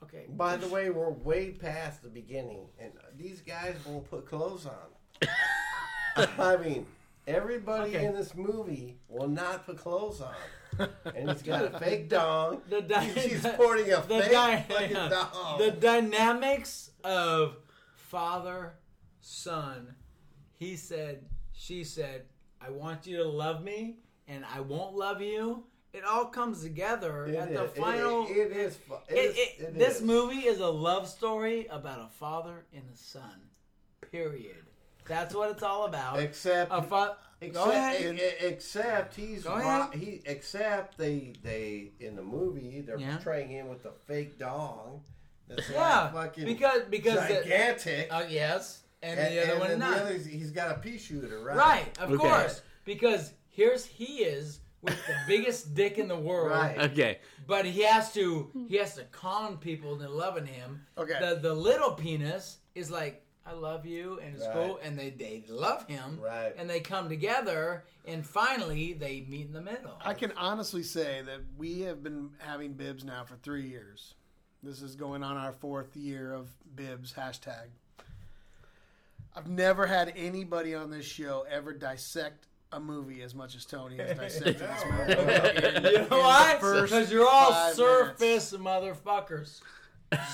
okay.
By the way, we're way past the beginning, and these guys won't put clothes on. I mean, everybody in this movie will not put clothes on, and he's got a fake dong.
The di-
She's sporting a
the
fake
di-
fucking dong.
The dynamics of father son. He said, she said, I want you to love me and I won't love you. It all comes together
It
at
is-
the
it-
final
it- it is. fu- it
it,
is-
it,
it
this
is.
movie is a love story about a father and a son. Period. That's what it's all about.
Except-
a fa-
Except,
go ahead.
e- e- except he's
Go
ro-
ahead.
he except they they in the movie they're
Yeah.
portraying him with a fake dong. That's
yeah,
like fucking
because because the-
gigantic.
uh, yes, and,
and,
the other one
then
not.
The other, is- he's got a pea shooter, right?
Right, of
Okay.
course. Because here's he is with the biggest dick in the world.
Right.
Okay.
But he has to he has to con people into loving him.
Okay.
The the little penis is like, I love you and it's
Right.
cool and they, they love him.
Right.
And they come together and finally they meet in the middle.
I can honestly say that we have been having bibs now for three years. This is going on our fourth year of bibs hashtag. I've never had anybody on this show ever dissect a movie as much as Tony has dissected this movie. In-
you know
in the
why?
first
Because you're all
five
surface motherfuckers.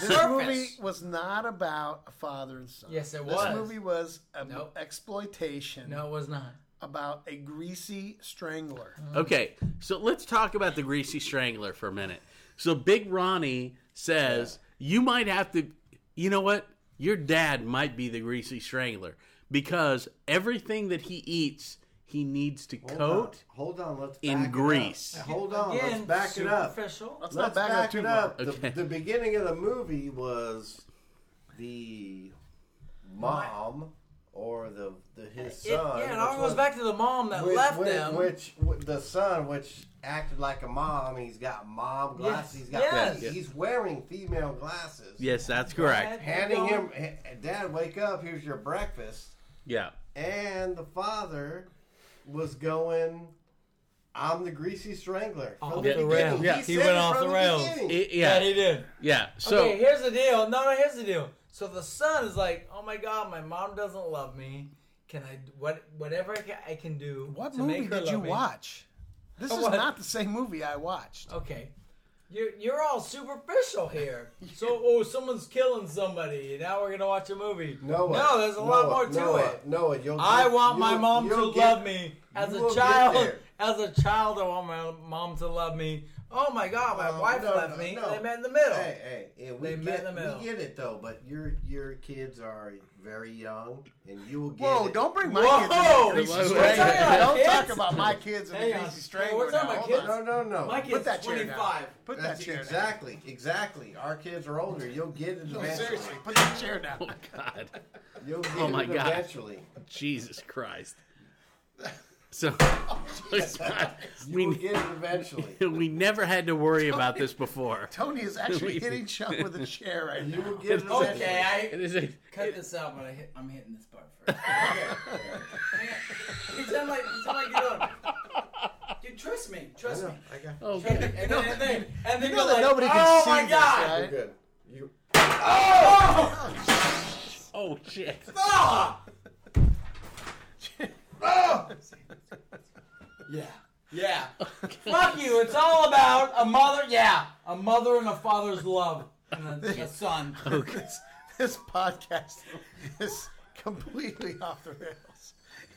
This movie was not about a father and son.
Yes, it
this
was.
This movie was an
Nope.
exploitation
No, it was not.
about a greasy strangler.
Mm.
Okay, so let's talk about the Greasy Strangler for a minute. So Big Ronnie says, You might have to, you know what? Your dad might be the Greasy Strangler because everything that he eats, he needs to
Hold
coat.
on. Hold on. Let's
in
back it up.
Greece.
Hold on. let's
Again,
back it up.
superficial.
Let's,
Let's
not back, up too
it
much.
up. The, the beginning of the movie was the mom or the, the his
It-
son.
yeah, it
which
all goes
was-
back to the mom that
which,
left
which,
them.
Which, which- the son, which acted like a mom. He's got mom glasses. He's got.
Yes.
he- He's wearing female glasses.
Yes, that's correct.
Handing him, Dad, wake up. Here's your breakfast.
Yeah.
and the father was going, "I'm the greasy strangler." From
Off
the
the
beginning.
rails. Yeah. He
said
went
it
off
from
the rails.
beginning.
It- yeah.
yeah, he did.
yeah. So
okay, here's the deal. No, no, here's the deal. So the son is like, "Oh my god, my mom doesn't love me. Can I what whatever I can, I can do
What
to
movie
make her
did you
love me?"
watch? This is
What?
not the same movie I watched.
Okay. You're, you're all superficial here. So, oh, someone's killing somebody. Now we're going to watch a movie.
Noah,
no, there's a lot
Noah,
more to
Noah,
it.
Noah, you'll
I
get-
want my
you'll-
mom to
you'll get-
love me. As
you
a
will get
child,
there.
as a child, I want my mom to love me. Oh my God, my
Um,
wife
no, no,
left me.
no.
They met in the middle.
Hey, hey, yeah, we
they
get,
met in the middle.
We get it though, but your your kids are very young, and you will get
Whoa,
it.
don't bring my kids into the greasy Whoa! strangler. We're talking about Don't kids. talk about my kids and the Hang on. greasy strangler We're talking now. about Hold on. kids.
No, no, no.
My Put kid's that chair down. 25. Put that
That's
chair down.
Exactly, exactly. Our kids are older. You'll get it
No,
eventually.
seriously, put that chair down.
Oh my god.
You'll get
oh my
it
god.
eventually.
Jesus Christ. So,
You will get it eventually.
we never had to worry about this before.
Tony is
We-
actually hitting Chuck with a chair right now.
will
get it
Okay, I
It is a-
cut this out, but I hit, I'm hitting this part first. Okay. You sound like you sound like you're doing. Dude, trust me, trust me.
I got.
Oh, and then, and then, and then
You
you're
know that
like,
nobody can
oh
see
my
this,
god!
right? You're good. You-
Oh!
Oh shit.
Ah! Oh! Yeah. Yeah. Fuck you. It's all about a mother. Yeah. A mother and a father's love. And a, a son.
This, this podcast is completely off the rails.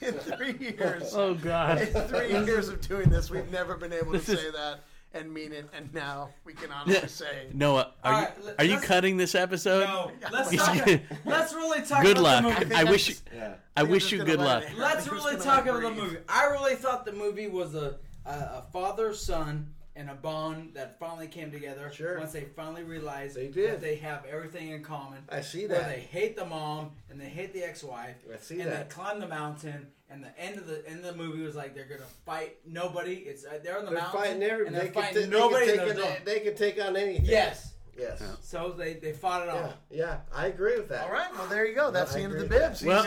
In three years.
Oh, God.
In three years of doing this, we've never been able to
This is-
say that and mean it, and now we can honestly say.
Noah, are
All
you
right, let-
are you
let's-
cutting this episode?
No,
Let's
Oh He's
talk.
gonna-
let's really talk.
Good
about
luck.
The movie.
I wish you. I wish you good luck.
Let's really talk about the movie. I really thought the movie was a a, a father son and a bond that finally came together. Sure. Once they finally realized they did. that they have everything in common.
I see
Where
that.
they hate the mom and they hate the ex-wife.
I see
and
that.
they climb the mountain. And the end of the end of the movie was like they're gonna fight nobody. It's uh, they're on the
They're
mountain.
fighting everybody.
And they're
They can,
fighting
t-
nobody.
They
and
can,
they're
take
done.
on, they can take on anything.
Yes.
Yes.
So they they fought it
Yeah.
off.
Yeah. I agree with that.
All right, well, there you go. That's the end of the bibs.
Well,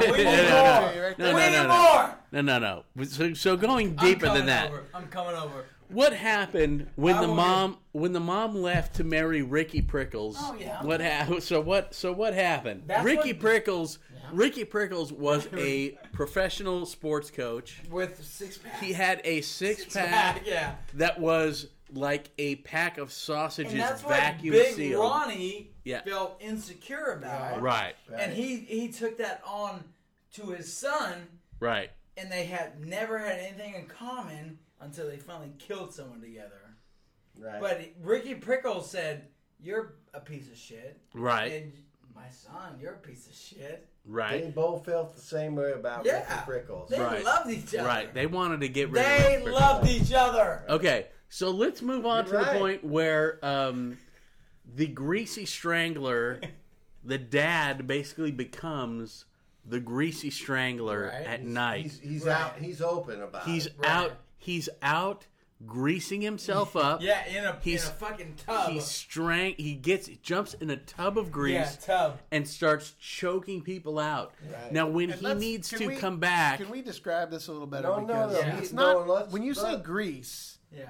He's-
no,
we
no,
need
no,
more.
no, no, no, no, no, no, no. So, so going deeper
coming
than that,
Over. I'm coming over.
what happened when
I
the
will
mom when the mom left to marry Ricky Prickles?
Oh, yeah.
What happened? So what? So what happened?
That's
Ricky
what-
Prickles. Ricky Prickles was a professional sports coach.
With six pack.
He had a six
pack,
pack.
yeah.
That was like a pack of sausages
And that's what
vacuum
Big
sealed.
Ronnie
Yeah.
felt insecure about.
Right.
And he he took that on to his son,
Right.
and they had never had anything in common until they finally killed someone together.
Right.
But Ricky Prickles said, "You're a piece of shit."
Right.
And my son, you're a piece of shit.
Right.
They both felt the same way about
Yeah.
Ricky Prickles.
They
right.
loved each other.
Right. They wanted to get rid of
They
Ricky Prickles.
loved each other.
Okay, so let's move on
You're
to
right.
the point where um, the greasy strangler, the dad basically becomes the greasy strangler
Right.
at
He's-
night.
He's, he's out. He's open about.
He's
it.
out. He's out greasing himself up.
Yeah, in a
He's-
in a fucking tub.
He strang. He gets. He jumps in a tub of grease.
Yeah, tub.
And starts choking people out.
Right.
Now, when
And
he
let's-
needs
can
to
we-
come back,
Can we describe this a little better?
No, no,
because
no, Yeah.
it's
no,
not.
let's-
when you say
let-
grease,
Yeah.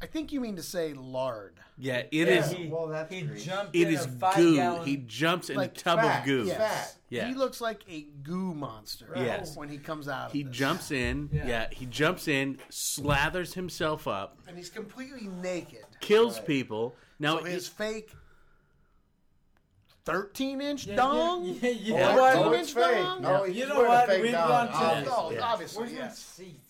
I think you mean to say lard.
yeah, it is.
He, well, that's he
jumped
It is goo. He jumps in
Like
a tub
fat,
of goo.
yes.
Yeah.
He looks like a goo monster.
Yes.
When he comes out, of
He
this.
jumps in. Yeah. he jumps in, slathers himself up,
and he's completely naked.
kills people. Now
So his
it's
fake thirteen inch
Yeah,
dong,
yeah, yeah, you
Or
know what?
14
Oh,
inch
it's fake.
dong.
No, he's You know wearing a what? fake We've dong, gone to- obviously.
Oh,
Yeah.
obviously,
Where's my
yes.
seat?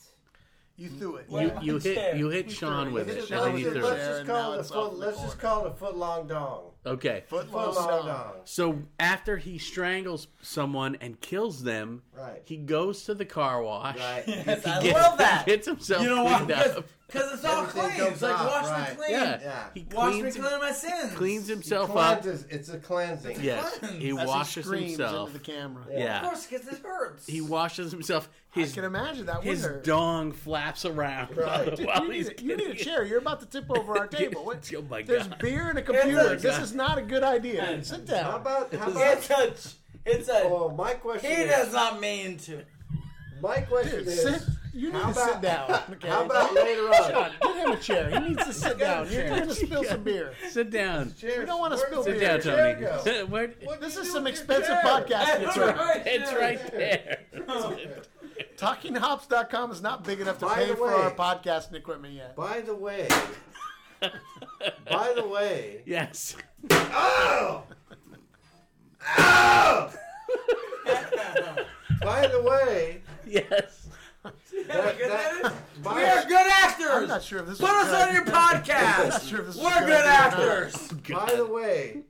You threw it.
you, you hit you hit Sean with
Let's
it,
just,
and then he threw
let's
it.
just call it a foot. Let's just call it a foot long dong.
Okay.
Foot long dong.
So after he strangles someone and kills them,
Right.
he goes to the car wash.
Right.
He
Yes,
I
gets,
love that.
Gets himself
You know why?
cleaned
Because
up.
because it's all
Everything
clean. It's
comes
like
off,
wash me
right.
clean.
Yeah.
Yeah.
He
Wash me
cleans,
clean of my sins.
cleans himself up.
Cleanses. It's a cleansing.
Yes. He
As he
washes
screams
himself.
into the camera.
Yeah.
Of course, because it hurts.
He washes himself. His
I can imagine that would
his
hurt.
dong flaps around
Right.
while
you,
he's
need a, you need a
getting-
chair. You're about to tip over our table. What-
Oh my
There's
god!
beer and a computer.
It's
a-
this is not a good idea. Sit
How
down.
about? How about?
It's a. It's a.
Well, my question
he
is.
does not mean to.
My question
Dude,
is.
sit. You need
how
to
about,
sit down. Okay?
How about later on?
John, get him a chair. He needs to sit down. You're
chair.
going to spill some beer.
Sit down.
Cheers.
We don't want to
Where
spill
did
Sit
beer.
down,
your chair
Tony. Where-
go? What
This
did
is
you
some
do with your
expensive
chair?
podcast material.
It's right there.
TalkingHops.com is not big enough to
By
pay
the
for
way-
our podcasting equipment yet.
By the way, by the way,
Yes.
by the way,
Yes.
that, that is,
Bob-
we are good actors.
I'm not sure if this
Put
was
us
good.
on your
I'm not
podcast.
sure if this was
We're
good
good,
idea or not.
actors.
By the way,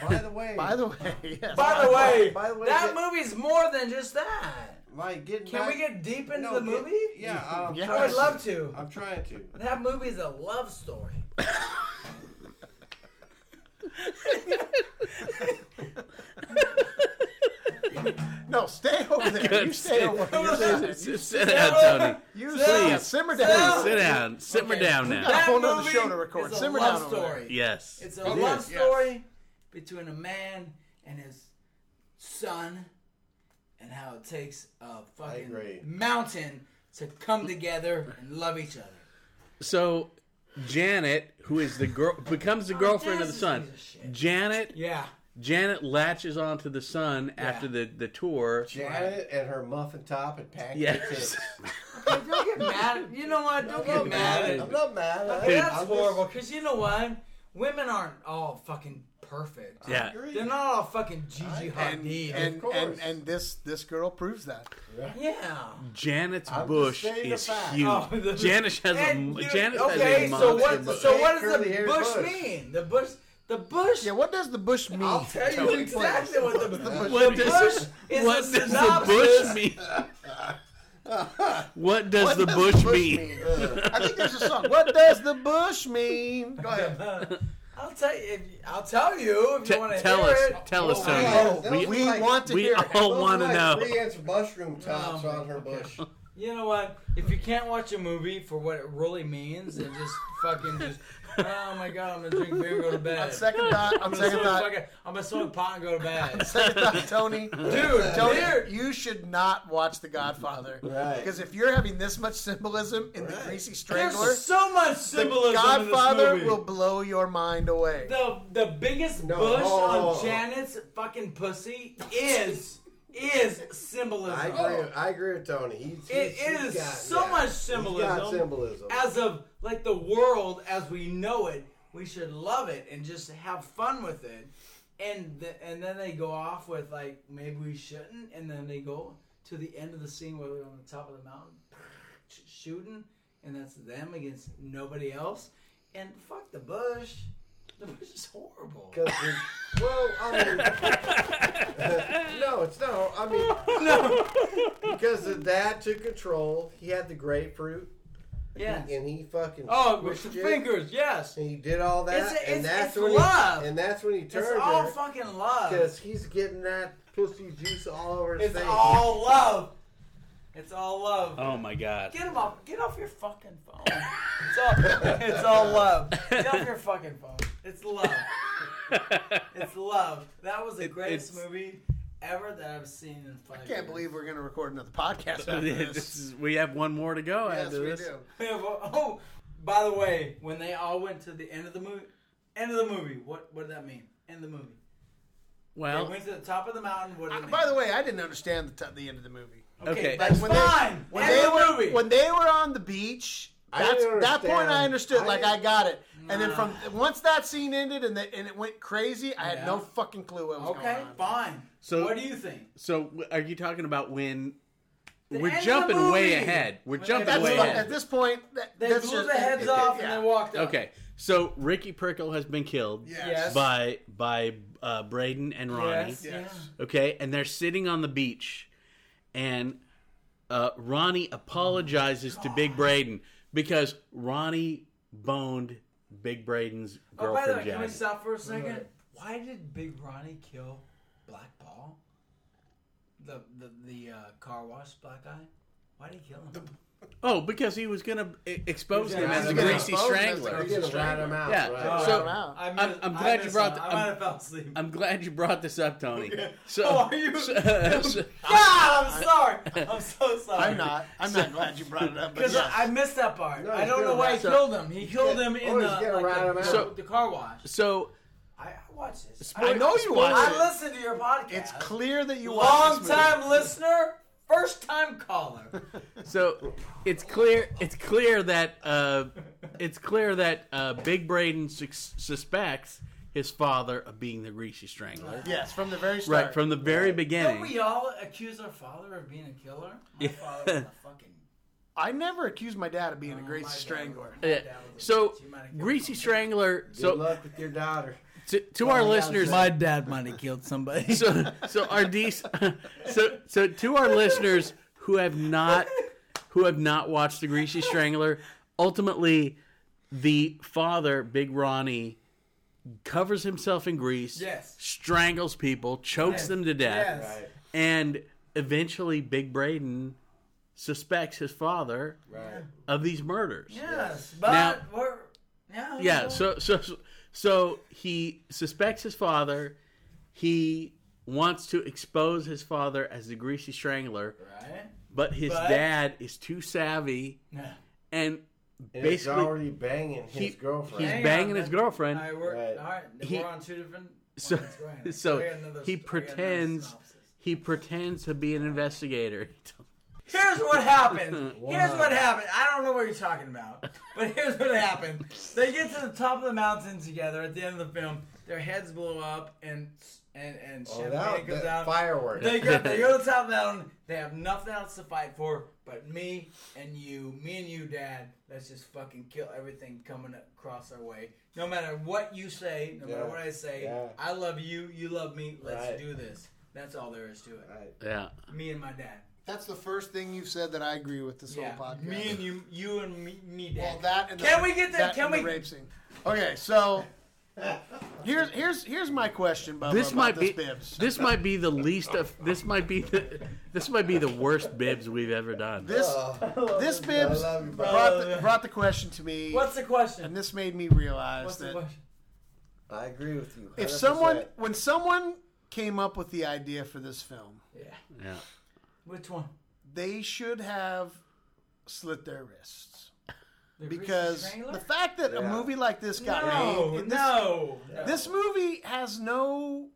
by the way,
By the way, yes.
By the way,
By the way,
that
get-
movie's more than just that.
Mike, get
Can we get deep into
No,
the
get-
movie?
yeah, I'm
I
trying
would love to.
I'm trying to.
That movie's a love story.
No, stay over there.
Good.
You stay over
Sit-
there.
sit- sit down, Tony.
You
Sit
sit-
down.
simmer down.
Sit down. Simmer down
we
now.
got a
That
whole nother
movie
show to record.
is a
Simmer
love
down over there.
story.
Yes.
It's a
It
love
is, yes.
story between a man and his son, and how it takes a
agree.
fucking mountain to come together and love each other.
So Janet, who is the girl, becomes the girlfriend of the
this
son. Janet.
Yeah.
Janet latches onto the son after the the tour.
Janet and her muffin top and pancake
Yes.
Don't get mad. You know what? Don't get mad. at-
I'm not mad. I-
Okay, that's
I'm just-
horrible. Because you know what? Women aren't all fucking perfect.
I Yeah. agree.
They're not all fucking Gigi
And,
Hadid.
and,
Of
and,
course.
and this this girl proves that.
Yeah.
Janet's
I'm just
bush
stating the
is
fact.
huge.
Oh, the-
Janet has a
And you-
Janet
okay,
has a
so
monster
what?
bush.
So what does
Curly
the
haired
bush,
bush.
mean? The bush. The bush. Yeah.
What does the bush mean?
I'll tell you
Tell me,
exactly
please.
what the,
What does the
bush.
bush
What
mean?
the
What
bush
does-
is
what
a
does the
synopsis.
bush
What does
What
the
does
bush,
the bush
mean?
mean? I think there's a song. What does the bush mean? Go ahead.
I'll tell you. If, I'll tell you if
Te-
you want to
tell
hear
us-
it.
tell us, Tony.
Oh,
We-
those
we
like-
want to we hear it. all
Oh
those
wanna
like
know.
Three-inch mushroom tops on her bush.
You know what? If you can't watch a movie for what it really means, and just fucking just, oh my god, I'm gonna drink beer and go to bed.
On second thought- on
I'm gonna
second
smoke
thought-
fucking- I'm gonna smoke pot and go to bed.
Second thought, Tony.
Dude,
Tony,
dude.
you should not watch The Godfather.
Right.
Because if you're having this much symbolism in The Greasy Strangler,
There's so much symbolism in
The
this
Godfather
movie.
will blow your mind away.
The the biggest
No.
bush
Oh.
on Janet's fucking pussy is is symbolism.
I agree. I agree with Tony. He's,
It
he's- he's
is
got-
so
yeah.
much
He's
symbolism.
got symbolism.
As of like the world as we know it, we should love it and just have fun with it. And th and then they go off with like maybe we shouldn't, and then they go to the end of the scene where they're on the top of the mountain sh- shooting, and that's them against nobody else. And fuck the bush. The bush is horrible.
Well, I mean, no, it's no. I mean, no, because the dad took control. He had the grapefruit.
Yes.
and he fucking
Oh, with
squished
the
it.
fingers, yes.
And he did all that,
It's- it's-
and that's
it's
when
love.
He, and that's when he
It's
turned.
all
her,
fucking love.
because he's getting that pussy juice all over his
It's
face.
all love. It's all love.
Oh my god.
Get him off. Get off your fucking phone. It's all. It's all love. Get off your fucking phone. It's love. It's love. That was the greatest movie ever that I've seen in five
I
years.
can't believe we're going to record another podcast after
This
this.
is- we have one more to go.
Yes,
after
we
this.
do.
Yeah, well, oh, by the way, when they all went to the end of the movie, end of the movie. What what did that mean? End of the movie.
Well-
they went to the top of the mountain. What did it mean?
By the way, I didn't understand the, t- the end of the movie.
Okay, that's
they-
fine.
when
End
they
of the
were
movie.
when they were on the beach,
I
that's
didn't
that point I
understand.
understood.
I
like
didn't-
I got it. And then
Nah.
from once that scene ended and the, and it went crazy, I had no
Yeah.
fucking clue what was going
okay,
on.
fine.
So
what do you think?
So w- are you talking about when
end
we're
of the
jumping way
movie.
ahead? We're
When
jumping
that's
way
fine.
ahead.
At this point, that,
They
that's
blew
just,
the heads
it-
off
yeah.
and they walked up.
Okay, so Ricky Prickle has been killed
Yes.
by by uh, Braden and Ronnie.
Yes, Yes.
Okay, and they're sitting on the beach, and uh, Ronnie apologizes to Big Braden because Ronnie boned Big Braden's
Oh, by
girlfriend
the way, can we
Janet.
stop for a second? Why did Big Ronnie kill Black Paul? The the the uh, car wash black guy. Why did he kill him?
Oh, because he was gonna e- expose
He was
him
gonna
as the
expose him.
greasy
Expose him as the
strangler.
Greasy He's gonna rat Strangler. him out,
Yeah.
right.
So
Rat him out. I
I'm,
miss-
I'm
I
glad you
miss
brought.
that.
The,
I
I'm,
might have fell asleep.
I'm glad you brought this up, Tony. So,
Oh, are you?
so-
God, I'm sorry. I'm so sorry.
I'm not. I'm not glad you brought it up. But
Because
yes.
I missed that part.
No,
I
he's
don't know
gonna
why he
rat- so-
killed him. He
he's
killed
gonna-
him in
oh,
the,
he's gonna rat him
like, the,
out.
so, the car wash.
so
I, I watched this.
I know you watched
I
it.
listened to your podcast.
it's clear that you
Long
watched this movie.
time listener, first time caller.
So it's clear it's clear that uh, it's clear that uh, Big Braden sus- suspects his father of being the Greasy Strangler.
Yes, from the very start.
Right, from the very beginning. Uh,
Don't we all accuse our father of being a killer? My father was a fucking.
I never accused my dad of being
Oh
a greasy strangler.
Yeah. So, Greasy Strangler. so,
Good luck with your daughter.
to, to our
Oh, yeah,
listeners,
my dad might have killed somebody.
so, so our dec- so, so to our listeners who have not, who have not watched The Greasy Strangler, ultimately, the father, Big Ronnie, covers himself in grease,
Yes.
strangles people, chokes
Yes.
them to death,
Yes. Right.
and eventually, Big Braden suspects his father
Right.
of these murders.
Yes, but
Now-
we're yeah.
yeah
well,
so so so- so he suspects his father he wants to expose his father as the greasy strangler
Right.
but his
But-
dad is too savvy
Yeah.
and
is
basically
already banging his girlfriend.
he's
Hang
banging
on,
his
that-
girlfriend
all right, we're- Right. all right, we're on two different
so
lines. Go ahead.
so
We got another- we
he
got another
pretends he pretends to be an investigator
Here's what happened. Here's what happened. I don't know what you're talking about, but here's what happened. They get to the top of the mountain together at the end of the film. Their heads blow up and and and
Oh,
champagne
that-
comes
that
out.
fireworks.
They go, they go to the top of the mountain. They have nothing else to fight for but me and you, me and you, Dad. Let's just fucking kill everything coming across our way. No matter what you say, no matter
Yeah.
what I say,
Yeah.
I love you. You love me. Let's
Right.
do this. That's all there is to it.
Yeah.
Me and my dad.
That's the first thing you've said that I agree with this whole podcast.
Me and you, you and me, me Dad.
Well, that and the-
can we get that?
that
Can
and the
we?
rape scene. Okay, so here's here's here's my question, Bubba.
this
about
might be
this Bibbs.
this might be the least of this might be the, this might be the worst bibs we've ever done
This this Bibbs
I Oh. love you, brother.
brought the, brought the question to me.
What's the question?
And this made me realize
What's the
that
question?
I agree with you.
if
100%.
someone when someone came up with the idea for this film,
Yeah.
yeah.
Which one?
they should have slit their wrists.
The
because
Greasy Strangler?
the fact that a
Yeah.
movie like this got
No,
made, and
no, no.
this movie has no,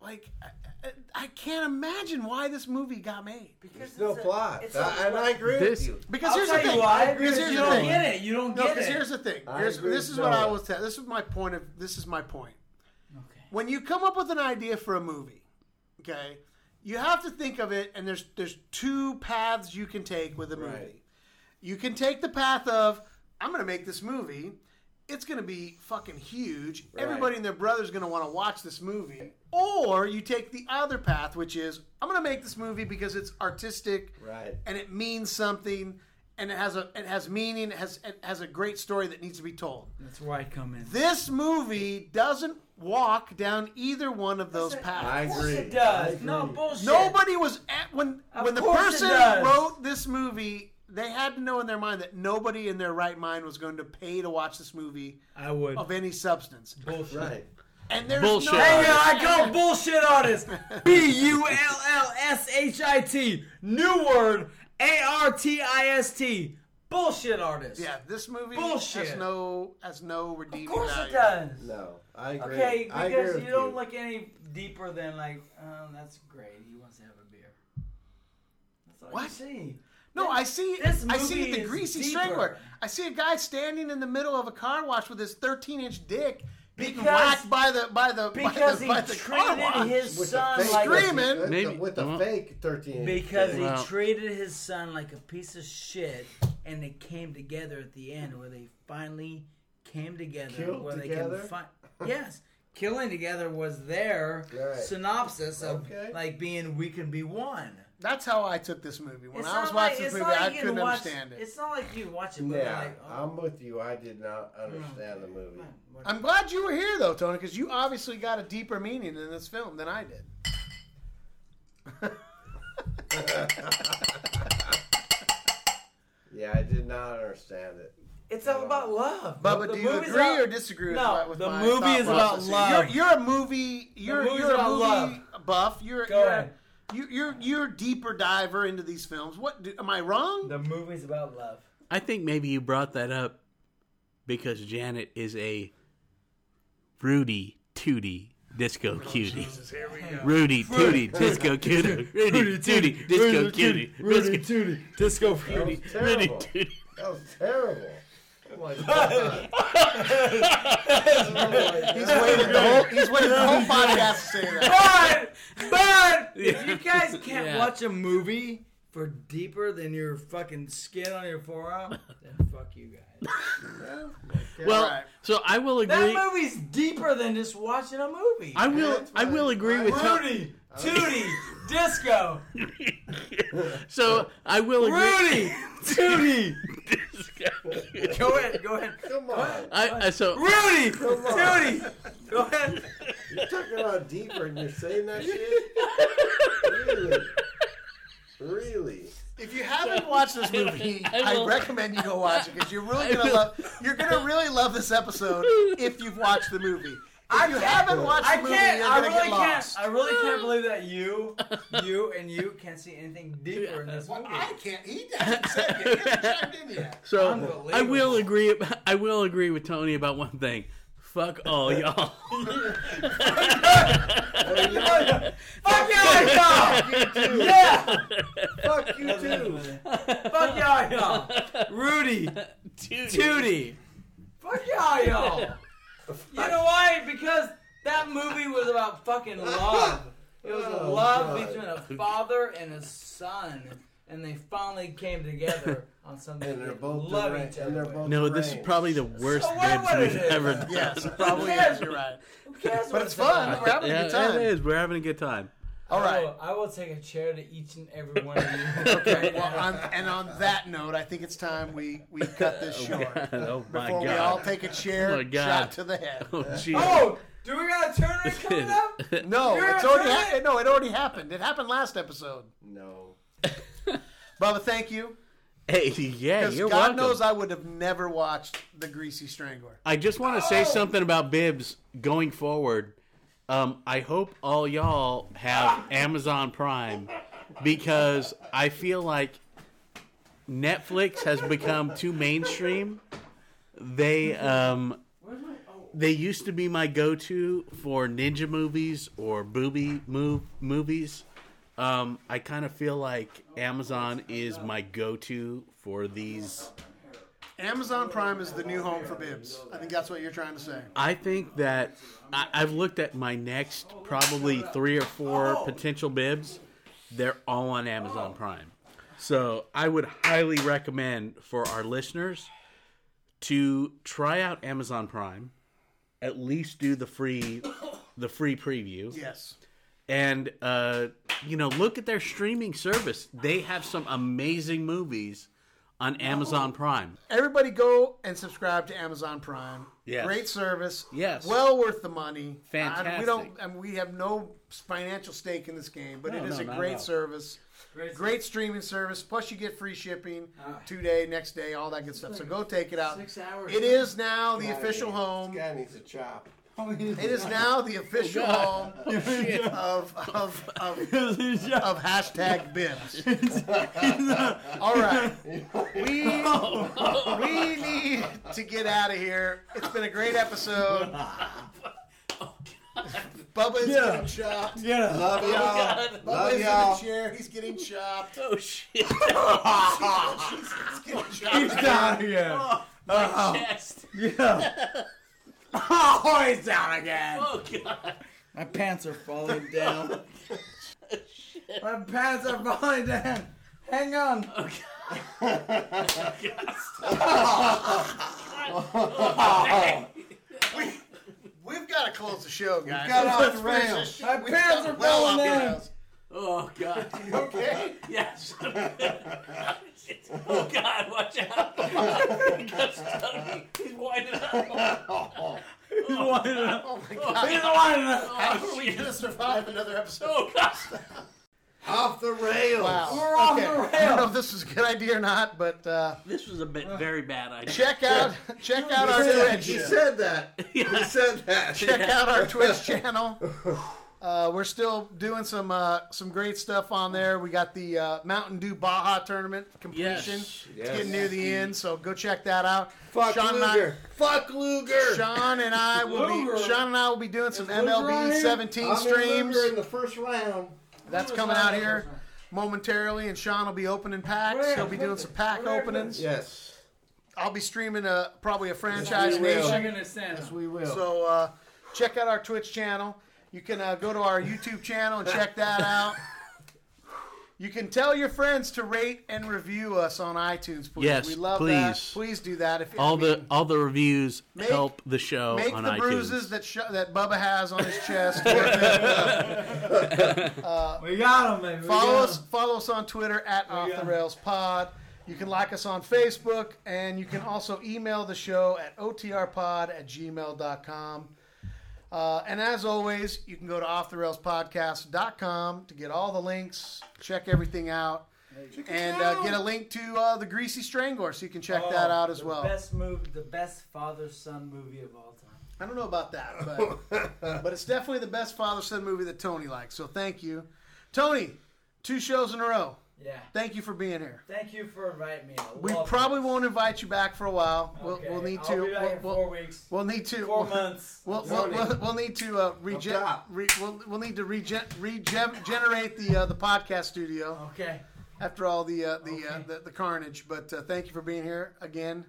like, I, I- I can't imagine why this movie got made.
Because
no
a-
plot.
it's
I-
a-
and I agree
This-
with you.
Because
I'll
here's
tell
the
you
thing.
why,
Because
because
here's
you
the
don't
thing.
get it. You don't
no,
get
because
it.
here's the thing.
I
Here's,
agree
this
with
is what I
Noah.
was. Ta- this is my point of. This is my point. Okay. When you come up with an idea for a movie, okay, you have to think of it, and there's there's two paths you can take with a movie. You can take the path of I'm going to make this movie. It's going to be fucking huge.
Right.
Everybody and their brother's going to want to watch this movie. Or you take the other path, which is I'm going to make this movie because it's artistic
Right.
and it means something and it has a it has meaning it has it has a great story that needs to be told
That's where I come in.
this movie doesn't walk down either one of those paths
I
Of course
agree.
it does.
I agree.
No bullshit.
nobody was at when
Of
when the
course it
person
does.
wrote this movie they had to know in their mind that nobody in their right mind was going to pay to watch this movie
I would.
of any substance
Bullshit.
Right.
and there's
Bullshit.
no
Hey, yo, I call bullshit artist. B U L L S H I T. New word. A R T I S T. Bullshit artist.
yeah this movie
Bullshit.
has no has no redeeming
Of course
value
it does.
No, I agree.
Okay,
I agree
because
with
you don't look any deeper than like, um, that's great. He wants to have a beer. That's all you
What?
see.
No, I see.
This
I see
movie
the
is
greasy
deeper.
strangler. I see a guy standing in the middle of a car wash with his 13-inch dick being
Because-
whacked by the by the
Because
by the,
he
by the car
treated
wash.
his
With the
son
fake-
like
Screaming.
With the,
Maybe-
with the
well-
fake 13.
Because he
Wow.
treated his son like a piece of shit, and they came together at the end, where they finally came together,
Killed
where they
together?
can find. Yes, killing together was their
Right.
synopsis of
Okay.
like being we can be one.
That's how I took this movie. When
It's
I was
not like-
watching
it's
this movie,
not like
I
you can
couldn't
watch-
understand it.
It's not like you watch a movie
Yeah,
like, oh,
I'm with you. I did not understand the movie.
I'm glad you were here though, Tony, because you obviously got a deeper meaning in this film than I did.
Yeah, I did not understand it.
it's all about love.
Bubba,
The
do you
movie's
agree
about-
or disagree with
No,
my, with
the
my
movie
thought
is about
process here?
love.
You're, you're a movie. You're
movie's
you're a
about
movie
love.
buff. You're
Go
you're,
ahead.
you you're you're a deeper diver into these films. What do, am I wrong?
The movie's about love.
i think maybe you brought that up because janet is a rudy tootie disco cutie Rudy, Tootie, Disco Cutie, Rudy, Tootie, Disco Cutie, Rudy, Tootie, Disco Cutie,
That was
Rudy,
terrible.
Tootie.
That was terrible. like
He's waiting the whole, he's waiting the whole podcast to say that.
But, but if you guys can't
Yeah.
watch a movie for deeper than your fucking skin on your forearm, then fuck you guys.
Well, so I will agree.
That movie's deeper than just watching a movie.
I will. I will agree with Tom-
Rudy, Tootie, Disco.
So I will agree.
Rudy, Tootie.
Go
ahead. Go ahead.
Come on.
I, I so
Rudy,
Come on.
Tootie. Go ahead.
You're talking about deeper and you're saying that shit? really? Really?
If you haven't watched this movie,
I
I,
will-
recommend you go watch it because you're really
I
gonna
will-
love. You're gonna really love this episode if you've watched the movie. If you haven't watched
I
the movie,
can't.
you're
I
gonna
really
get lost.
can't. I really can't believe that you, you, and you can't see anything deeper in this movie. I
can't. He
so I will agree. I will agree with Tony about one thing. Fuck all y'all.
Fuck y'all, y'all. Yeah.
Fuck you too.
Fuck y'all, y'all. Rudy, Tootie. Fuck y'all, y'all. You know why? Because that movie was about fucking love. It was a
Oh,
love
God.
between a father and a son, and they finally came together on something.
And they're
that
both
love
deranged.
each other.
And they're both
No, this is
deranged.
probably the worst
So what
bibs
would it
we've
be?
ever done.
Yes,
it probably is. You're right. But it's fun. We're having a good
Yeah,
time.
It is. We're having a good time.
All
I will, Oh, I will take a chair to each and every one of you.
Okay. Well, on, and on that note, I think it's time we, we cut this short
God. Oh, my
before we
God.
all take a chair
Oh, my God.
shot to the head.
Oh, jeez.
Oh, do we got a turner coming up?
No,
You're
it's
a
already
turner?
ha- no, it already happened. It happened last episode.
No.
Bubba, thank you.
Hey, yeah,
'Cause
you're
God
welcome.
knows I would have never watched The Greasy Strangler.
I just want to say something about Bibs going forward. Um, I hope all y'all have Amazon Prime because I feel like Netflix has become too mainstream. They um, they used to be my go-to for ninja movies or booby move movies. Um, I kind of feel like Amazon is my go-to for these
Amazon Prime is the new home for Bibbs. I think that's what you're trying to say.
I think that I, I've looked at my next probably three or four potential bibs. They're all on Amazon Prime. So I would highly recommend for our listeners to try out Amazon Prime. At least do the free the free preview.
Yes.
And uh, you know, look at their streaming service. They have some amazing movies on Amazon Prime.
Everybody go and subscribe to Amazon Prime.
Yes.
Great service.
Yes.
Well worth the money.
Fantastic.
I- we don't and we have no financial stake in this game, but
No,
it is
no,
a
not at all.
great service. Great, streaming service. Plus you get free shipping, two day, next day, all that good stuff. So go take it out.
Uh, Six hours.
It is now the
Guy
official
needs-
home.
This guy needs a chop.
It is now the
Oh,
official
God.
home of, of, of, of hashtag bibs. All right. We, we need to get out of here. It's been a great episode. Bubba is
Yeah.
getting chopped.
Yeah.
Uh,
Love y'all.
Bubba
Love
is
y'all.
in the chair. He's getting chopped.
Oh, shit.
He's getting chopped.
He's down again.
Oh,
my Uh-oh.
chest.
Yeah. oh, he's down again.
Oh god.
My pants are falling down. My pants are falling down. Hang on.
We've got to close the show, guys.
got off
Let's
the
finish
rails.
this shit.
My
We've
pants
got
are
well
falling
off the
down.
rails.
Oh god.
You okay?
Yes. oh God, watch out! Because Tony, he's winding up.
He's winding up.
Oh my
Oh,
god.
he's winding up.
How are we going to survive another episode?
Oh god.
Off the rails.
Wow.
We're off the
I don't know
rails.
if this is a good idea or not, but uh,
This was a bit very bad idea.
check out check out
He
our
said-
Twitch.
He said that. He said that.
Check out our Twitch channel. Uh, we're still doing some uh, some great stuff on there. We got the uh, Mountain Dew Baja tournament completion.
Yes.
It's getting near the end, so go check that out.
Fuck
and I-
Luger. Fuck Luger.
Sean and I will
Luger.
be Sean and I will be doing some
Luger on
MLB
here?
17
I'm in
streams.
Luger in the first round.
That's coming out here momentarily, and Sean will be opening packs. He'll be doing some pack openings.
Yes.
I'll be streaming a probably a franchise
we will.
nation.
You're gonna send
Yes,
them.
we will. So uh, check out our Twitch channel. You can uh, go to our YouTube channel and check that out. You can tell your friends to rate and review us on iTunes, please.
Yes,
we love
please.
that. Please do that. If
All
I mean,
the all the reviews
Make-
help the show
make
on
the
iTunes.
bruises that sh- that Bubba has on his chest. uh,
we got him, baby. We
Follow
got
us. Follow us on Twitter at Off the Rails Pod. You can like us on Facebook, and you can also email the show at otrpod at gmail.com. Uh, and as always, you can go to offtherailspodcast.com to get all the links, check everything out, and uh, get a link to uh, the Greasy Strangler so you can check that out as
Oh, the
well.
Best move, the best father-son movie of all time.
I don't know about that, but but it's definitely the best father son movie that Tony likes. So thank you, Tony. Two shows in a row.
Yeah.
Thank you for being here.
Thank you for inviting me. I
We
love it.
probably won't invite you back for a while. We'll,
Okay,
we'll need
I'll
to.
be back
we'll,
in
we'll-
four weeks.
We'll need to.
4
we'll-
months.
We'll,
That's
we'll,
it.
we'll, we'll need to uh, regen- re- we'll, we'll need to regen- regen- generate the uh, the podcast studio.
Okay.
After all the uh, the, uh, the the carnage, but uh, thank you for being here again.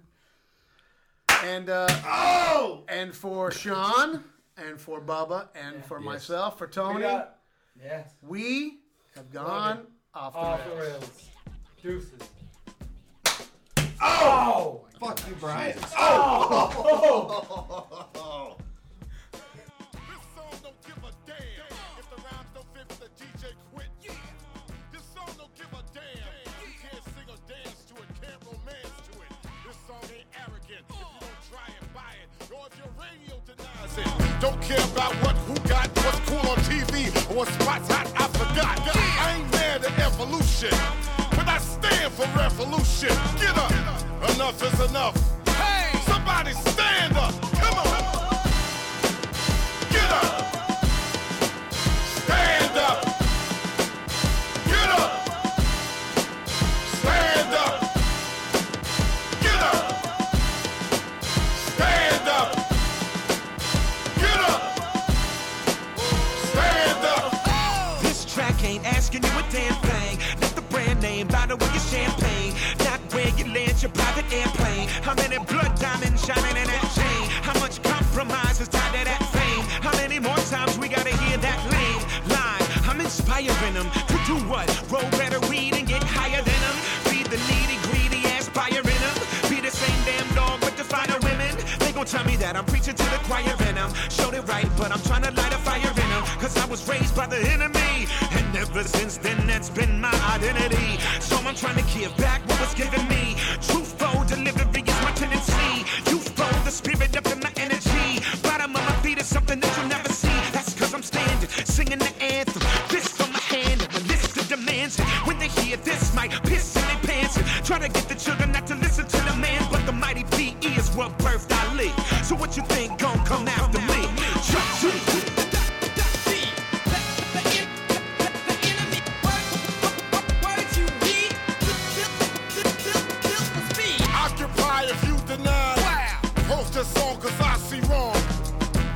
And uh, oh, and for Sean, and for Bubba, and for myself, for Tony, we,
We got- Yes.
have gone off the rails.
rails. Deuces.
Oh, fuck you, Brian.
Oh! This song don't give a damn if the rhymes don't fit with the DJ quit. This song don't give a damn. You can't sing or dance to it, can't romance to it. This song ain't arrogant if you don't try and buy it. Or if your radio denies it. Don't care about what, who got, what's cool on TV, or what spots hot, I forgot. I ain't mad at evolution, but I stand for revolution. Get up, enough is enough. Hey, somebody stand up. Come on. Get up. Stand up. Get up. Stand up. Get up. Stand up. Get up. Stand up.
This track ain't asking you a damn thing. Not the brand name, bottle with your champagne. Not where you land your private airplane. How many blood diamonds shining in that chain? How much compromise is tied to that fame? How many more times we gotta hear that lame line? I'm inspiring them to do what? Roll better weed and get higher than them. Feed the needy, greedy aspiring them. Be the same damn dog with the finer women. They gon' tell me that I'm preaching to the choir and I'm showed it right, but I'm trying to light a fire in them. Cause I was raised by the enemy. And ever since then, that's been my identity. So I'm trying to give back what was given me. Truthful delivery is my tendency. Youthful, the spirit up in my energy. Bottom of my feet is something that you'll never see. That's cause I'm standing, singing the anthem. This from my hand, and the list of demands. When they hear this, might piss in their pants. Try to get the children not to listen to the man, but the mighty PE is what birthed Ali. So what you think gon' come after me? Chuck, chuck.
Occupy if you deny. Post this song cause I see wrong.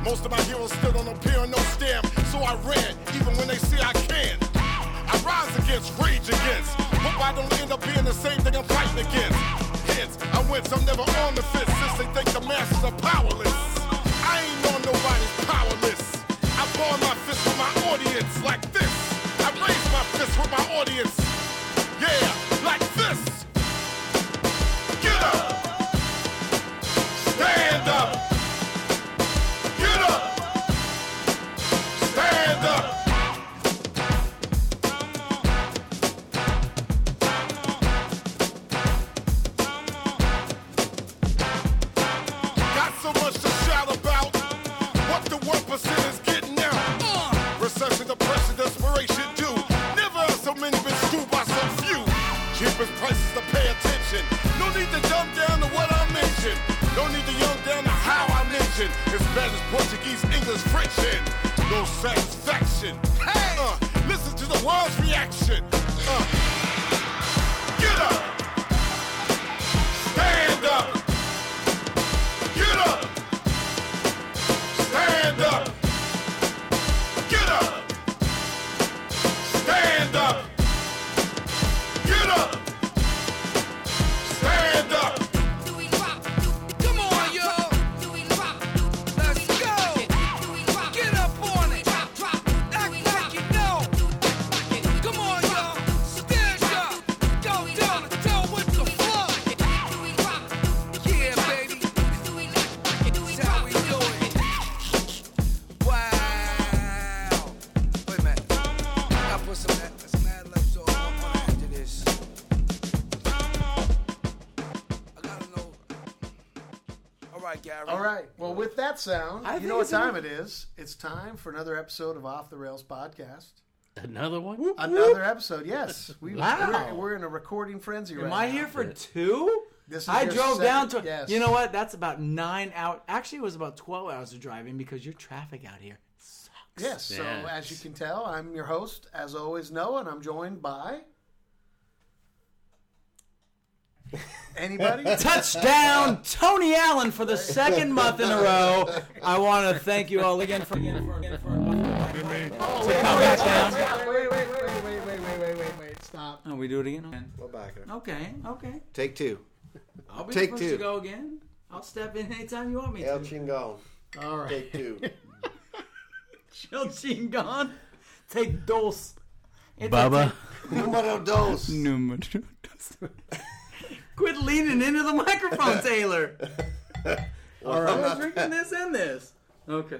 Most of my heroes still don't appear on no stamp, so I ran even when they say I can. I rise against, rage against. Hope I don't end up being the same thing I'm fighting against. Hence, I wince, I'm never on the fence since they think the masses are powerless. I ain't on nobody's power list. I ball my fist with my audience like this. I raise my fist with my audience. Yeah, like this. Get up. Stand up. Get up. Stand up. Got so much to shout about. What the one percent is getting Uh. out. Recession, depression, desperation due. Never have so many been screwed by so few. Cheapest prices to pay attention. No need to dumb down to what I mentioned. No need to young down to how I mentioned. It's bad as Portuguese, English, French, and no satisfaction. Hey, uh, listen to the world's reaction. Uh, get up. Stand up. Get up! Stand up! Get up! Stand up! Get up! Stand up!
right, Gary.
All right. Well, with that sound,
I
you
think
know what
it's a-
time it is. It's time for another episode of Off the Rails podcast.
Another one?
Another episode. Yes. We,
Wow.
we're, we're in a recording frenzy right
Am
now.
I here for two?
This is
I
your
drove
second-
down to.
yes.
You know what? That's about nine hours. Actually, it was about twelve hours of driving because your traffic out here sucks.
Yes. So
Yes.
as you can tell, I'm your host, as always, Noah, and I'm joined by anybody.
Touchdown, Tony Allen for the second month in a row. I want to thank you all again for. Again for, again for to come back down.
Oh, Wait, wait, wait, wait, wait, wait, wait, wait, wait, wait. Stop.
Oh, we do it again.
We're back.
Okay, okay.
Take two.
I'll be
Take
the first
two.
to go again. I'll step in anytime you want me
El
to.
Chingon.
All right.
Take two.
El Chingon. Take dos. It's a
Baba.
take-
Numero dos.
Numero dos. Quit leaning into the microphone, Taylor. All right. I was drinking this and this. Okay.